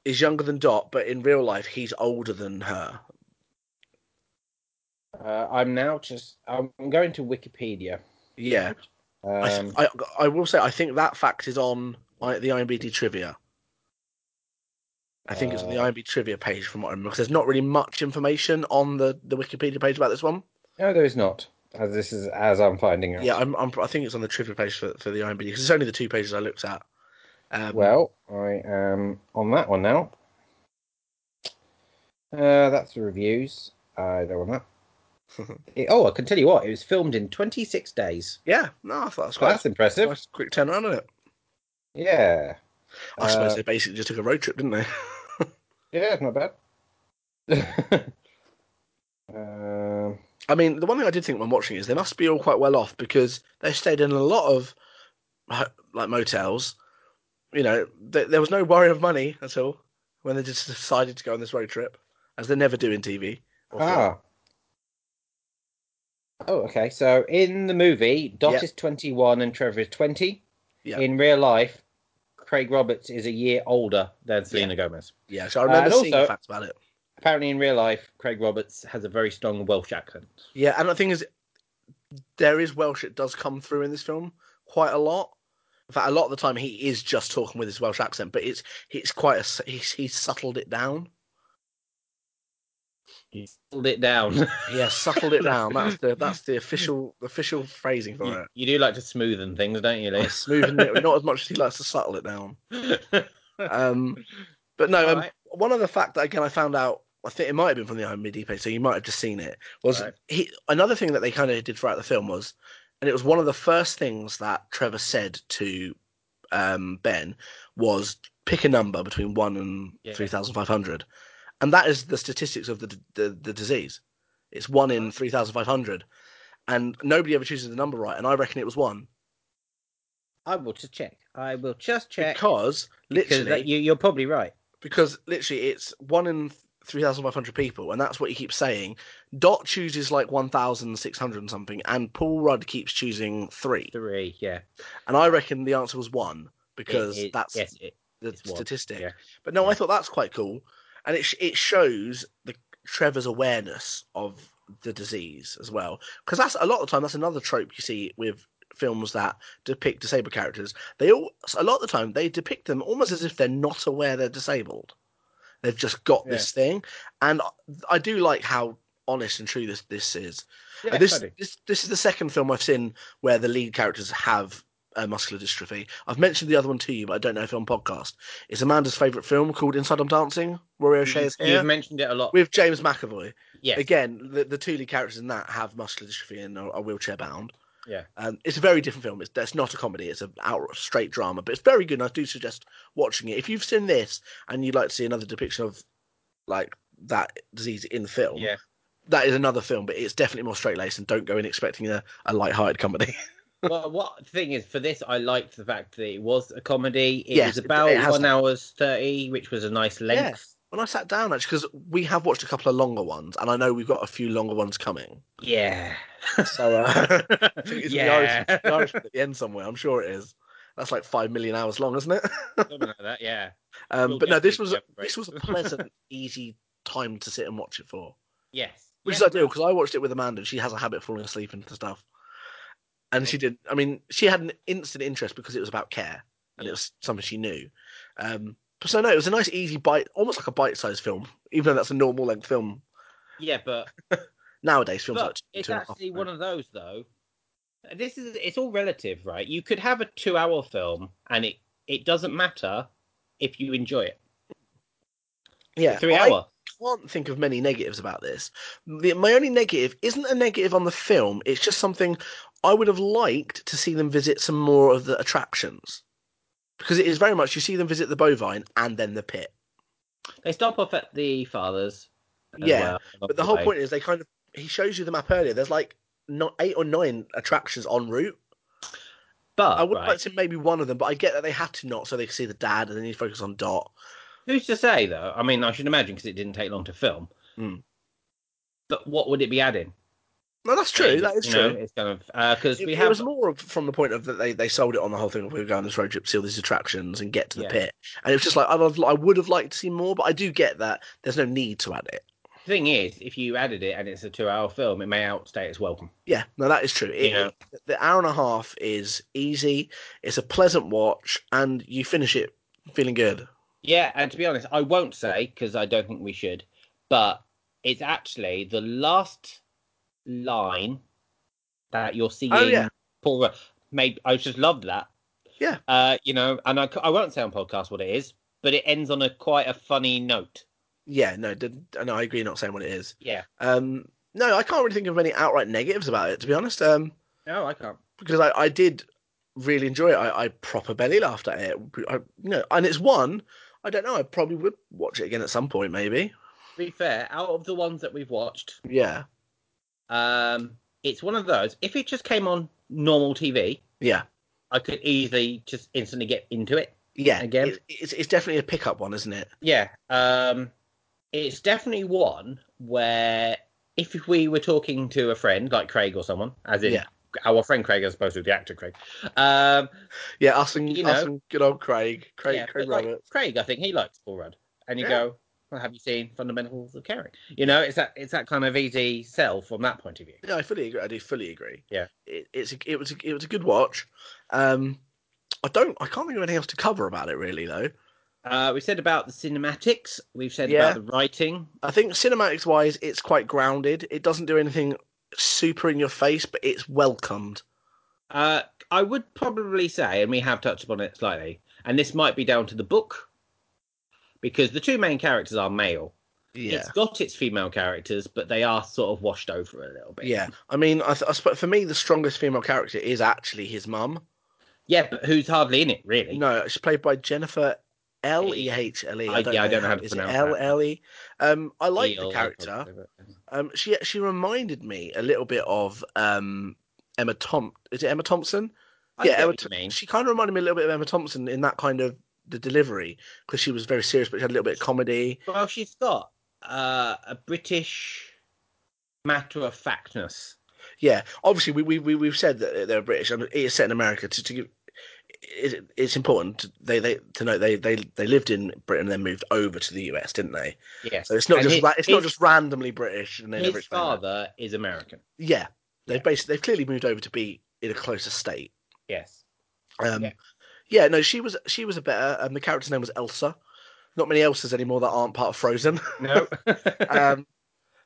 Speaker 1: is younger than Dot, but in real life he's older than her.
Speaker 2: Uh, I'm now just. I'm going to Wikipedia.
Speaker 1: Yeah, I, th-
Speaker 2: Um,
Speaker 1: I I will say I think that fact is on I, the IMDb trivia. I think it's on the
Speaker 2: Uh,
Speaker 1: IMDb trivia page from what I remember. 'cause there's not really much information on the, the Wikipedia page about this one.
Speaker 2: no, there is not. As this is as I'm finding out.
Speaker 1: Yeah, I'm, I'm I think it's on the trivia page for, for the IMDb because it's only the two pages I looked at. Um,
Speaker 2: Well, I am on that one now. Uh, that's the reviews. I
Speaker 1: [LAUGHS]
Speaker 2: don't want that. It- oh, I can tell you what, it was filmed in 26 days.
Speaker 1: yeah, no, I thought that's quite
Speaker 2: Well, that's impressive.
Speaker 1: nice quick turnaround on it.
Speaker 2: Yeah.
Speaker 1: I suppose
Speaker 2: Uh,
Speaker 1: they basically just took a road trip, didn't they?
Speaker 2: yeah, not bad. [LAUGHS] um,
Speaker 1: I mean, the one thing I did think when watching is they must be all quite well off because they stayed in a lot of ho- like motels. You know, th- there was no worry of money at all when they just decided to go on this road trip, as they never do in TV. or film.
Speaker 2: ah. Oh, okay. So in the movie, Dot
Speaker 1: Yep.
Speaker 2: is 21 and Trevor is 20.
Speaker 1: Yep.
Speaker 2: In real life, Craig Roberts is a year older than Selena Gomez.
Speaker 1: Yeah, so I remember
Speaker 2: and
Speaker 1: seeing
Speaker 2: also-
Speaker 1: the facts about it.
Speaker 2: Apparently, in real life, Craig Roberts has a very strong Welsh accent.
Speaker 1: Yeah, and the thing is, there is Welsh. It does come through in this film quite a lot. In fact, a lot of the time he is just talking with his Welsh accent, but it's it's quite a s- he's, he's subtled it down.
Speaker 2: He settled it down. [LAUGHS]
Speaker 1: Yeah, subtled it down. That's the that's the official official phrasing for
Speaker 2: you,
Speaker 1: it.
Speaker 2: you do like to smoothen things, don't
Speaker 1: [LAUGHS]
Speaker 2: you,
Speaker 1: Like,
Speaker 2: Liz?
Speaker 1: smoothing it, not as much as he likes to subtle it down. Um, but no, um,
Speaker 2: Alright.
Speaker 1: one other fact that again I found out, I think it might have been from the IMDb page, so you might have just seen it. Was
Speaker 2: Alright.
Speaker 1: he another thing that they kind of did throughout the film was, and it was one of the first things that Trevor said to um, Ben was pick a number between one and
Speaker 2: Yeah.
Speaker 1: three thousand five hundred, and that is the statistics of the the, the disease. It's one in
Speaker 2: Right.
Speaker 1: three thousand five hundred, and nobody ever chooses the number right, and I reckon it was one
Speaker 2: I will just check. I will just check.
Speaker 1: because
Speaker 2: because
Speaker 1: literally
Speaker 2: that- you, you're probably right.
Speaker 1: because literally it's one in 3,500 people, and that's what he keeps saying. Dot chooses like 1,600 and something, and Paul Rudd keeps choosing three.
Speaker 2: Three, yeah.
Speaker 1: And I reckon the answer was one
Speaker 2: It-
Speaker 1: because
Speaker 2: it-
Speaker 1: that's
Speaker 2: yes, it-
Speaker 1: the
Speaker 2: it's one,
Speaker 1: statistic.
Speaker 2: yeah.
Speaker 1: But no,
Speaker 2: Yeah.
Speaker 1: I thought that's quite cool, and it sh- it shows the Trevor's awareness of the disease as well, because that's a lot of the time that's another trope you see with films that depict disabled characters. They all a lot of the time they depict them almost as if they're not aware they're disabled. They've just got this thing, and I- I do like how honest and true this this is.
Speaker 2: Yeah,
Speaker 1: And this,
Speaker 2: I do.
Speaker 1: this this is the second film I've seen where the lead characters have uh, muscular dystrophy. I've mentioned the other one to you, but I don't know if on podcast. It's Amanda's favourite film called Inside I'm Dancing. Rory O'Shea is
Speaker 2: You've
Speaker 1: here
Speaker 2: mentioned it a lot.
Speaker 1: with James McAvoy.
Speaker 2: yes.
Speaker 1: Again, the, the two lead characters in that have muscular dystrophy and are, are wheelchair bound.
Speaker 2: Yeah.
Speaker 1: Um, it's a very different film. It's that's not a comedy. It's a out straight drama, but it's very good. And I do suggest watching it if you've seen this and you'd like to see another depiction of like that disease in film
Speaker 2: Yeah.
Speaker 1: that is another film, but it's definitely more straight laced and don't go in expecting a, a light-hearted comedy. [LAUGHS]
Speaker 2: well, what the thing is for this, I liked the fact that it was a comedy. It
Speaker 1: Yes,
Speaker 2: was
Speaker 1: it-
Speaker 2: about
Speaker 1: it has
Speaker 2: one
Speaker 1: that.
Speaker 2: hours thirty, which was a nice length.
Speaker 1: when I sat down, actually, because we have watched a couple of longer ones, and I know we've got a few longer ones coming.
Speaker 2: Yeah.
Speaker 1: So uh, [LAUGHS] I think it's
Speaker 2: yeah.
Speaker 1: the Irish, the Irishman at the end somewhere. I'm sure it is. That's like five million hours long, isn't it? [LAUGHS]
Speaker 2: Something like that. Yeah.
Speaker 1: Um,
Speaker 2: We'll
Speaker 1: but no,
Speaker 2: definitely
Speaker 1: this was
Speaker 2: have a break.
Speaker 1: this was a pleasant, [LAUGHS] easy time to sit and watch it for,
Speaker 2: Yes.
Speaker 1: which is
Speaker 2: Yeah.
Speaker 1: ideal because I watched it with Amanda. and She has a habit of falling asleep into stuff, and she did. I mean, she had an instant interest because it was about care. and it was something she knew. Um, but so no, it was a nice, easy bite, almost like a bite-sized film, even though that's a normal length film
Speaker 2: Yeah, but
Speaker 1: nowadays. Films
Speaker 2: But
Speaker 1: like two,
Speaker 2: it's
Speaker 1: two and a half
Speaker 2: actually
Speaker 1: hours.
Speaker 2: one of those though. This is it's all relative, right? You could have a two-hour film, and it it doesn't matter if you enjoy it.
Speaker 1: yeah, I
Speaker 2: Three-hour.
Speaker 1: can't think of many negatives about this. The, my only negative isn't a negative on the film; it's just something I would have liked to see them visit some more of the attractions because it is very much you see them visit the bovine and then the pit.
Speaker 2: They stop off at the father's. as
Speaker 1: Yeah,
Speaker 2: well, along
Speaker 1: But the whole
Speaker 2: way.
Speaker 1: point is they kind of he shows you the map earlier. There's like not eight or nine attractions en route.
Speaker 2: But
Speaker 1: I would
Speaker 2: right,
Speaker 1: like to maybe one of them, but I get that they had to not so they could see the dad and then you focus on Dot.
Speaker 2: who's to say though? I mean, I should imagine because it didn't take long to film.
Speaker 1: Mm.
Speaker 2: But what would it be adding?
Speaker 1: No, that's true.
Speaker 2: Maybe,
Speaker 1: that is
Speaker 2: you
Speaker 1: true.
Speaker 2: know, it's kind of because
Speaker 1: it,
Speaker 2: we
Speaker 1: it
Speaker 2: have
Speaker 1: was more of, from the point of that they, they sold it on the whole thing of we were going on this road trip, see all these attractions and get to the
Speaker 2: Yeah.
Speaker 1: pit. And it was just like, I'd have, I would have liked to see more, but I do get that there's no need to add it.
Speaker 2: the thing is if you added it and it's a two-hour film, it may outstay its welcome.
Speaker 1: Yeah, no, that is true. It,
Speaker 2: Yeah.
Speaker 1: The hour and a half is easy, it's a pleasant watch, and you finish it feeling good.
Speaker 2: Yeah, and to be honest, I won't say because I don't think we should, but it's actually the last line that you're seeing.
Speaker 1: Oh, yeah.
Speaker 2: Paul Rudd made. I just loved that.
Speaker 1: Yeah.
Speaker 2: Uh, you know, and I, c- I won't say on podcast what it is, but it ends on a quite a funny note.
Speaker 1: Yeah, no, did- no, I agree not saying what it is.
Speaker 2: Yeah.
Speaker 1: Um, no, I can't really think of any outright negatives about it, to be honest. Um,
Speaker 2: No, I can't.
Speaker 1: because I, I did really enjoy it. I, I proper belly laughed at it. I, you know, and it's one I don't know. I probably would watch it again at some point, maybe.
Speaker 2: To be fair, out of the ones that we've watched,
Speaker 1: Yeah,
Speaker 2: um, it's one of those. If it just came on normal TV,
Speaker 1: yeah,
Speaker 2: I could easily just instantly get into it.
Speaker 1: yeah.
Speaker 2: Again?
Speaker 1: It- it's it's definitely a pickup one, isn't it?
Speaker 2: Yeah, um, it's definitely one where if we were talking to a friend like Craig or someone, as in
Speaker 1: Yeah.
Speaker 2: our friend Craig as opposed to the actor Craig, um,
Speaker 1: Yeah, us and
Speaker 2: You
Speaker 1: us
Speaker 2: know.
Speaker 1: and good old Craig, Craig,
Speaker 2: yeah,
Speaker 1: Craig
Speaker 2: but, like,
Speaker 1: Roberts.
Speaker 2: Craig, I think he likes Paul Rudd, and you
Speaker 1: Yeah.
Speaker 2: go, well, "Have you seen Fundamentals of Caring?" You know, it's that it's that kind of easy sell from that point of view.
Speaker 1: No, I fully agree. I do fully agree.
Speaker 2: Yeah.
Speaker 1: it, it's a, it was a, it was a good watch. Um, I don't. I can't think of anything else to cover about it really, though.
Speaker 2: Uh, we said about the cinematics. We've said
Speaker 1: Yeah.
Speaker 2: about the writing.
Speaker 1: I think cinematics wise, it's quite grounded. It doesn't do anything super in your face, but it's welcomed.
Speaker 2: Uh, I would probably say, and we have touched upon it slightly, and this might be down to the book, because the two main characters are male.
Speaker 1: Yeah.
Speaker 2: It's got its female characters, but they are sort of washed over a little bit.
Speaker 1: yeah, I mean, I, th- I suppose for me, the strongest female character is actually his mum.
Speaker 2: Yeah, but who's hardly in it, really?
Speaker 1: No, she's played by Jennifer L E H L E.
Speaker 2: I- yeah, I don't know how to
Speaker 1: is it
Speaker 2: pronounce
Speaker 1: L
Speaker 2: that. E
Speaker 1: L E. Um, I like
Speaker 2: Eel,
Speaker 1: the character. Um, she she reminded me a little bit of um, Emma Tom. Is it Emma Thompson?
Speaker 2: I
Speaker 1: yeah,
Speaker 2: get
Speaker 1: Emma
Speaker 2: what you
Speaker 1: Th-
Speaker 2: mean.
Speaker 1: she kind of reminded me a little bit of Emma Thompson in that kind of the delivery because she was very serious, but she had a little bit of comedy.
Speaker 2: Well, she's got uh, a British matter of factness.
Speaker 1: Yeah, obviously we we we we've said that they're British and it is set in America to to give. It, it's important to, they they to know they they they lived in Britain and then moved over to the US, didn't they?
Speaker 2: Yes.
Speaker 1: So it's not
Speaker 2: And
Speaker 1: just
Speaker 2: his-
Speaker 1: ra- it's not
Speaker 2: his-
Speaker 1: just randomly British and they never
Speaker 2: His
Speaker 1: explain that.
Speaker 2: father is American.
Speaker 1: Yeah, they've
Speaker 2: Yeah.
Speaker 1: basically they've clearly moved over to be in a closer state.
Speaker 2: Yes.
Speaker 1: Um, yeah.
Speaker 2: Yeah.
Speaker 1: no, she was she was a better. Um, the character's name was Elsa. Not many Elsas anymore that aren't part of Frozen.
Speaker 2: [LAUGHS] No.
Speaker 1: um,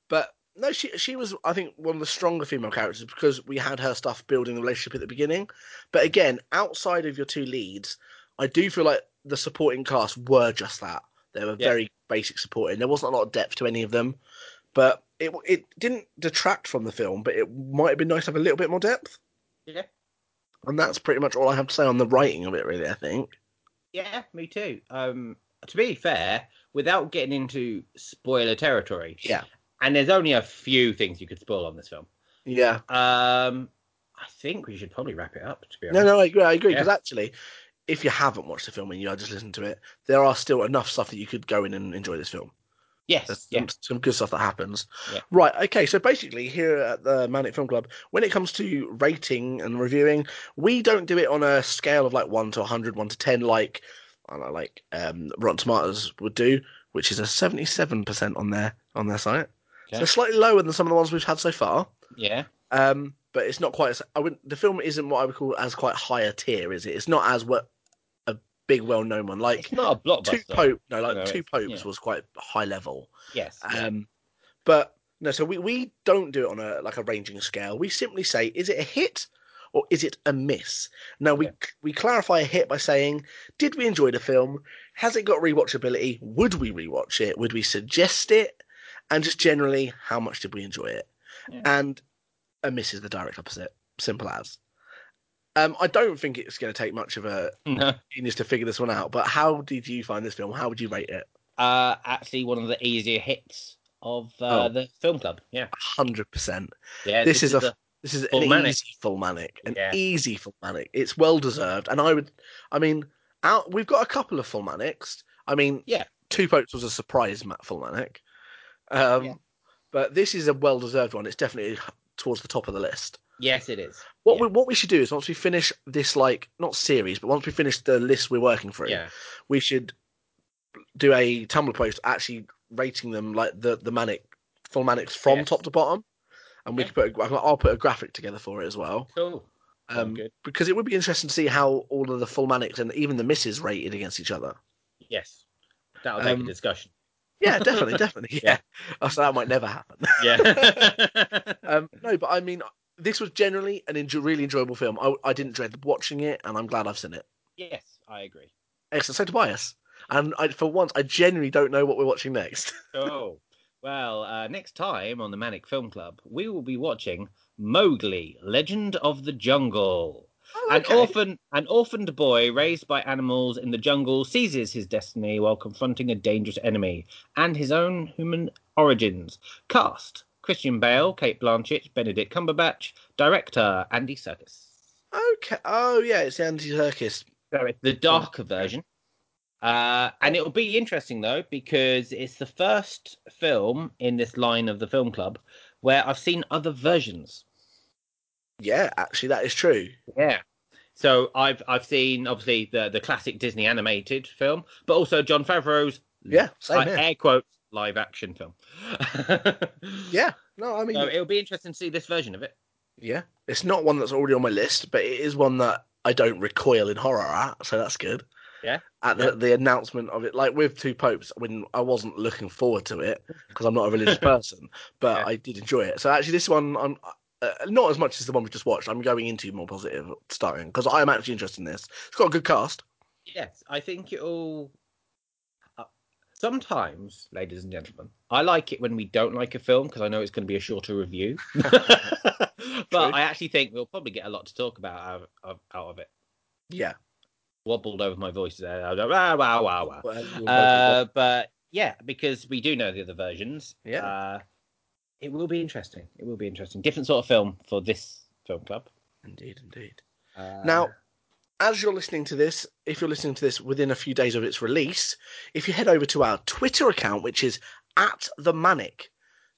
Speaker 1: but no, she she was I think one of the stronger female characters because we had her stuff building the relationship at the beginning. But again, outside of your two leads, I do feel like the supporting cast were just that. They were
Speaker 2: Yeah.
Speaker 1: very basic supporting. There wasn't a lot of depth to any of them, but it it didn't detract from the film. But it might have been nice to have a little bit more depth.
Speaker 2: Yeah.
Speaker 1: And that's pretty much all I have to say on the writing of it, really. I think.
Speaker 2: Yeah, me too. Um, to be fair, without getting into spoiler territory,
Speaker 1: Yeah.
Speaker 2: and there's only a few things you could spoil on this film.
Speaker 1: Yeah.
Speaker 2: Um, I think we should probably wrap it up. To be honest,
Speaker 1: No, no, I agree. I agree
Speaker 2: Yeah.
Speaker 1: because actually, if you haven't watched the film and you are just listening to it, there are still enough stuff that you could go in and enjoy this film. There's
Speaker 2: yes, yeah.
Speaker 1: some, some good stuff that happens.
Speaker 2: Yeah.
Speaker 1: Right. Okay. So basically, here at the Manic Film Club, when it comes to rating and reviewing, we don't do it on a scale of like one to 100, one to ten, like I don't know, like um, Rotten Tomatoes would do, which is a seventy-seven percent on their on their site. So
Speaker 2: Okay.
Speaker 1: slightly lower than some of the ones we've had so far.
Speaker 2: yeah,
Speaker 1: Um, but it's not quite as I would the film isn't what I would call as quite higher tier, is it? It's not as what a big well known one. Like
Speaker 2: It's not a
Speaker 1: Two
Speaker 2: blockbuster.
Speaker 1: Pope no, like
Speaker 2: No,
Speaker 1: Two
Speaker 2: it's-
Speaker 1: Popes
Speaker 2: yeah.
Speaker 1: was quite high level.
Speaker 2: Yes, yeah.
Speaker 1: Um but no, so we, we don't do it on a like a ranging scale. We simply say, is it a hit or is it a miss? Now we
Speaker 2: Yeah.
Speaker 1: we clarify a hit by saying, did we enjoy the film? Has it got rewatchability? Would we rewatch it? Would we suggest it? And just generally, how much did we enjoy it?
Speaker 2: Yeah.
Speaker 1: And a miss is the direct opposite. Simple as. Um, I don't think it's going to take much of a
Speaker 2: [LAUGHS] no.
Speaker 1: genius to figure this one out. But how did you find this film? How would you rate it?
Speaker 2: Uh, actually, one of the easier hits of uh,
Speaker 1: Oh.
Speaker 2: the film club. Yeah,
Speaker 1: Hundred percent.
Speaker 2: yeah.
Speaker 1: This is a- This is
Speaker 2: Full
Speaker 1: an
Speaker 2: manic.
Speaker 1: easy full manic, an
Speaker 2: Yeah.
Speaker 1: easy full manic. It's well deserved, and I would, I mean, out we've got a couple of full manics. I mean,
Speaker 2: Yeah.
Speaker 1: two popes was a surprise ma- full manic, um,
Speaker 2: Yeah.
Speaker 1: but this is a well deserved one. It's definitely towards the top of the list.
Speaker 2: yes, it is.
Speaker 1: What
Speaker 2: yeah.
Speaker 1: we what we should do is once we finish this like not series, but once we finish the list we're working through,
Speaker 2: yeah,
Speaker 1: we should do a Tumblr post actually rating them like the the manic full manics from
Speaker 2: Yes.
Speaker 1: top to bottom, and we
Speaker 2: Yeah.
Speaker 1: could put a, I'll put a graphic together for it as well
Speaker 2: cool. Sounds
Speaker 1: um,
Speaker 2: good.
Speaker 1: because it would be interesting to see how all of the full manics and even the misses rated against each other.
Speaker 2: Yes, that'll take
Speaker 1: um,
Speaker 2: a
Speaker 1: [LAUGHS]
Speaker 2: discussion.
Speaker 1: Yeah,
Speaker 2: [LAUGHS]
Speaker 1: definitely, definitely. Yeah, [LAUGHS] Oh, so that might never happen.
Speaker 2: Yeah. [LAUGHS]
Speaker 1: Um, no, but I mean, this was generally an enjo- really enjoyable film. I, I didn't dread watching it, and I'm glad I've seen it.
Speaker 2: yes, I agree.
Speaker 1: Excellent. So Tobias, and I, for once, I genuinely don't know what we're watching next.
Speaker 2: Oh, well, uh, next time on the Manic Film Club, we will be watching Mowgli, Legend of the Jungle.
Speaker 1: [LAUGHS]
Speaker 2: An orphan, an orphaned boy raised by animals in the jungle seizes his destiny while confronting a dangerous enemy and his own human origins. Cast: Christian Bale, Kate Blanchett, Benedict Cumberbatch. Director: Andy Serkis.
Speaker 1: Okay. Oh yeah, it's the Andy Serkis.
Speaker 2: So it's the darker version. Uh, and it'll be interesting though because it's the first film in this line of the film club where I've seen other versions.
Speaker 1: Yeah, actually, that is true.
Speaker 2: Yeah. So I've I've seen obviously the the classic Disney animated film, but also John Favreau's
Speaker 1: Yeah, same
Speaker 2: like,
Speaker 1: here.
Speaker 2: air quotes live action film. [LAUGHS]
Speaker 1: Yeah, no, I mean,
Speaker 2: So it'll be interesting to see this version of it.
Speaker 1: yeah, it's not one that's already on my list, but it is one that I don't recoil in horror at, so that's good.
Speaker 2: Yeah,
Speaker 1: At the,
Speaker 2: yeah.
Speaker 1: the announcement of it, like with Two Popes, when I wasn't looking forward to it because I'm not a
Speaker 2: [LAUGHS]
Speaker 1: religious person, but
Speaker 2: Yeah.
Speaker 1: I did enjoy it. So actually, this one I'm. Uh, not as much as the one we just watched. I'm going into more positive starting because I am actually interested in this. It's got a good cast.
Speaker 2: Yes, I think it'll. uh, Sometimes, ladies and gentlemen, I like it when we don't like a film because I know it's going to be a shorter review. [LAUGHS] but
Speaker 1: True.
Speaker 2: I actually think we'll probably get a lot to talk about out of, out of it.
Speaker 1: Yeah.
Speaker 2: Wobbled over my voice there. I was like, wow, wow, wow, wow.
Speaker 1: Uh,
Speaker 2: Uh, but yeah, because we do know the other versions.
Speaker 1: Yeah.
Speaker 2: Uh, it will be interesting. It will be interesting. Different sort of film for this film club.
Speaker 1: indeed, indeed.
Speaker 2: Uh,
Speaker 1: Now, as you're listening to this, if you're listening to this within a few days of its release, if you head over to our Twitter account, which is at the Manic,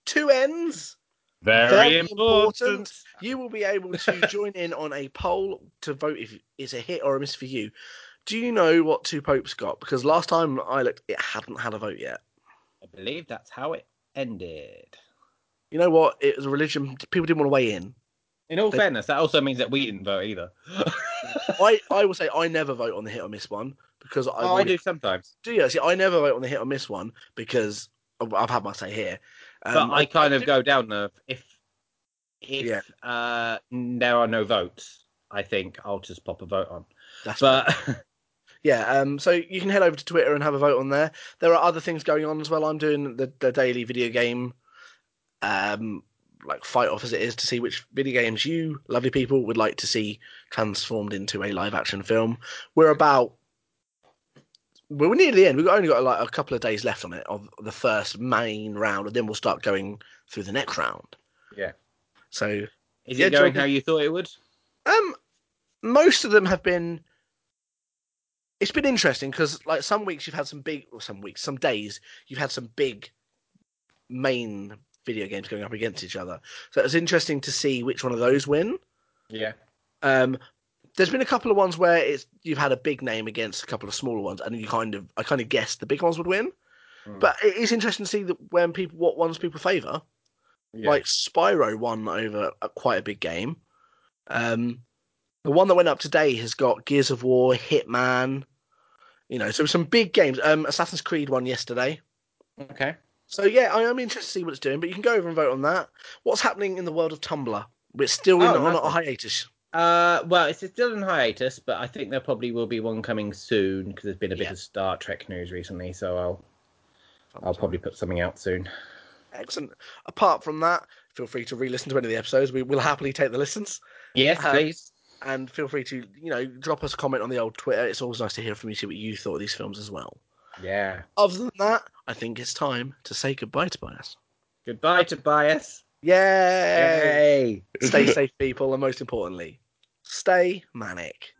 Speaker 1: two N's,
Speaker 2: very,
Speaker 1: very
Speaker 2: important.
Speaker 1: important. you will be able to
Speaker 2: [LAUGHS]
Speaker 1: join in on a poll to vote if it's a hit or a miss for you. Do you know what Two Popes got? Because last time I looked, it hadn't had a vote yet.
Speaker 2: I believe that's how it ended.
Speaker 1: You know what? It was a religion. People didn't want to weigh
Speaker 2: [LAUGHS]
Speaker 1: in.
Speaker 2: In all
Speaker 1: They-
Speaker 2: fairness, that also means that we didn't vote either.
Speaker 1: I, I will say I never vote on the hit or miss one because I,
Speaker 2: Oh, I
Speaker 1: wanted-
Speaker 2: do sometimes,
Speaker 1: do you? See, I never vote on the hit or miss one because I've I've had my say here. Um,
Speaker 2: but I kind of
Speaker 1: do-
Speaker 2: go down the if if
Speaker 1: Yeah.
Speaker 2: uh, there are no votes, I think I'll just pop a vote on.
Speaker 1: That's
Speaker 2: But
Speaker 1: Yeah, um, so you can head over to Twitter and have a vote on there. There are other things going on as well. I'm doing the, the daily video game, um, like fight off as it is, to see which video games you, lovely people, would like to see transformed into a live action film. We're about, well, we're near the end. We've only got like a couple of days left on it of the first main round, and then we'll start going through the next round.
Speaker 2: Yeah.
Speaker 1: So
Speaker 2: [LAUGHS] is
Speaker 1: Yeah,
Speaker 2: it going
Speaker 1: Jordan-
Speaker 2: how you thought it would?
Speaker 1: um, most of them have been. It's been interesting because, like, some weeks you've had some big, or some weeks, some days you've had some big main video games going up against each other. So it's interesting to see which one of those win.
Speaker 2: Yeah.
Speaker 1: Um, there's been a couple of ones where it's you've had a big name against a couple of smaller ones, and you kind of, I kind of guessed the big ones would win.
Speaker 2: Mm.
Speaker 1: But it is interesting to see that when people, what ones people favour.
Speaker 2: Yeah.
Speaker 1: Like Spyro won over a, quite a big game. Um, the one that went up today has got Gears of War, Hitman, you know, so some big games. Um, Assassin's Creed won yesterday.
Speaker 2: Okay.
Speaker 1: So yeah, I am interested to see what it's doing, but you can go over and vote on that. What's happening in the world of Tumblr? We're still in,
Speaker 2: Oh,
Speaker 1: on a
Speaker 2: nothing.
Speaker 1: hiatus.
Speaker 2: Uh, well, it's still in hiatus, but I think there probably will be one coming soon because there's been a bit
Speaker 1: Yeah.
Speaker 2: of Star Trek news recently, so I'll I'll probably put something out soon.
Speaker 1: Excellent. Apart from that, feel free to re-listen to any of the episodes. We will happily take the listens.
Speaker 2: Yes,
Speaker 1: Uh,
Speaker 2: please.
Speaker 1: And feel free to, you know, drop us a comment on the old Twitter. It's always nice to hear from you, see what you thought of these films as well.
Speaker 2: Yeah.
Speaker 1: Other than that, I think it's time to say goodbye to Bias.
Speaker 2: Goodbye, Tobias.
Speaker 1: Yay!
Speaker 2: Yay.
Speaker 1: stay safe, people, and most importantly, stay manic.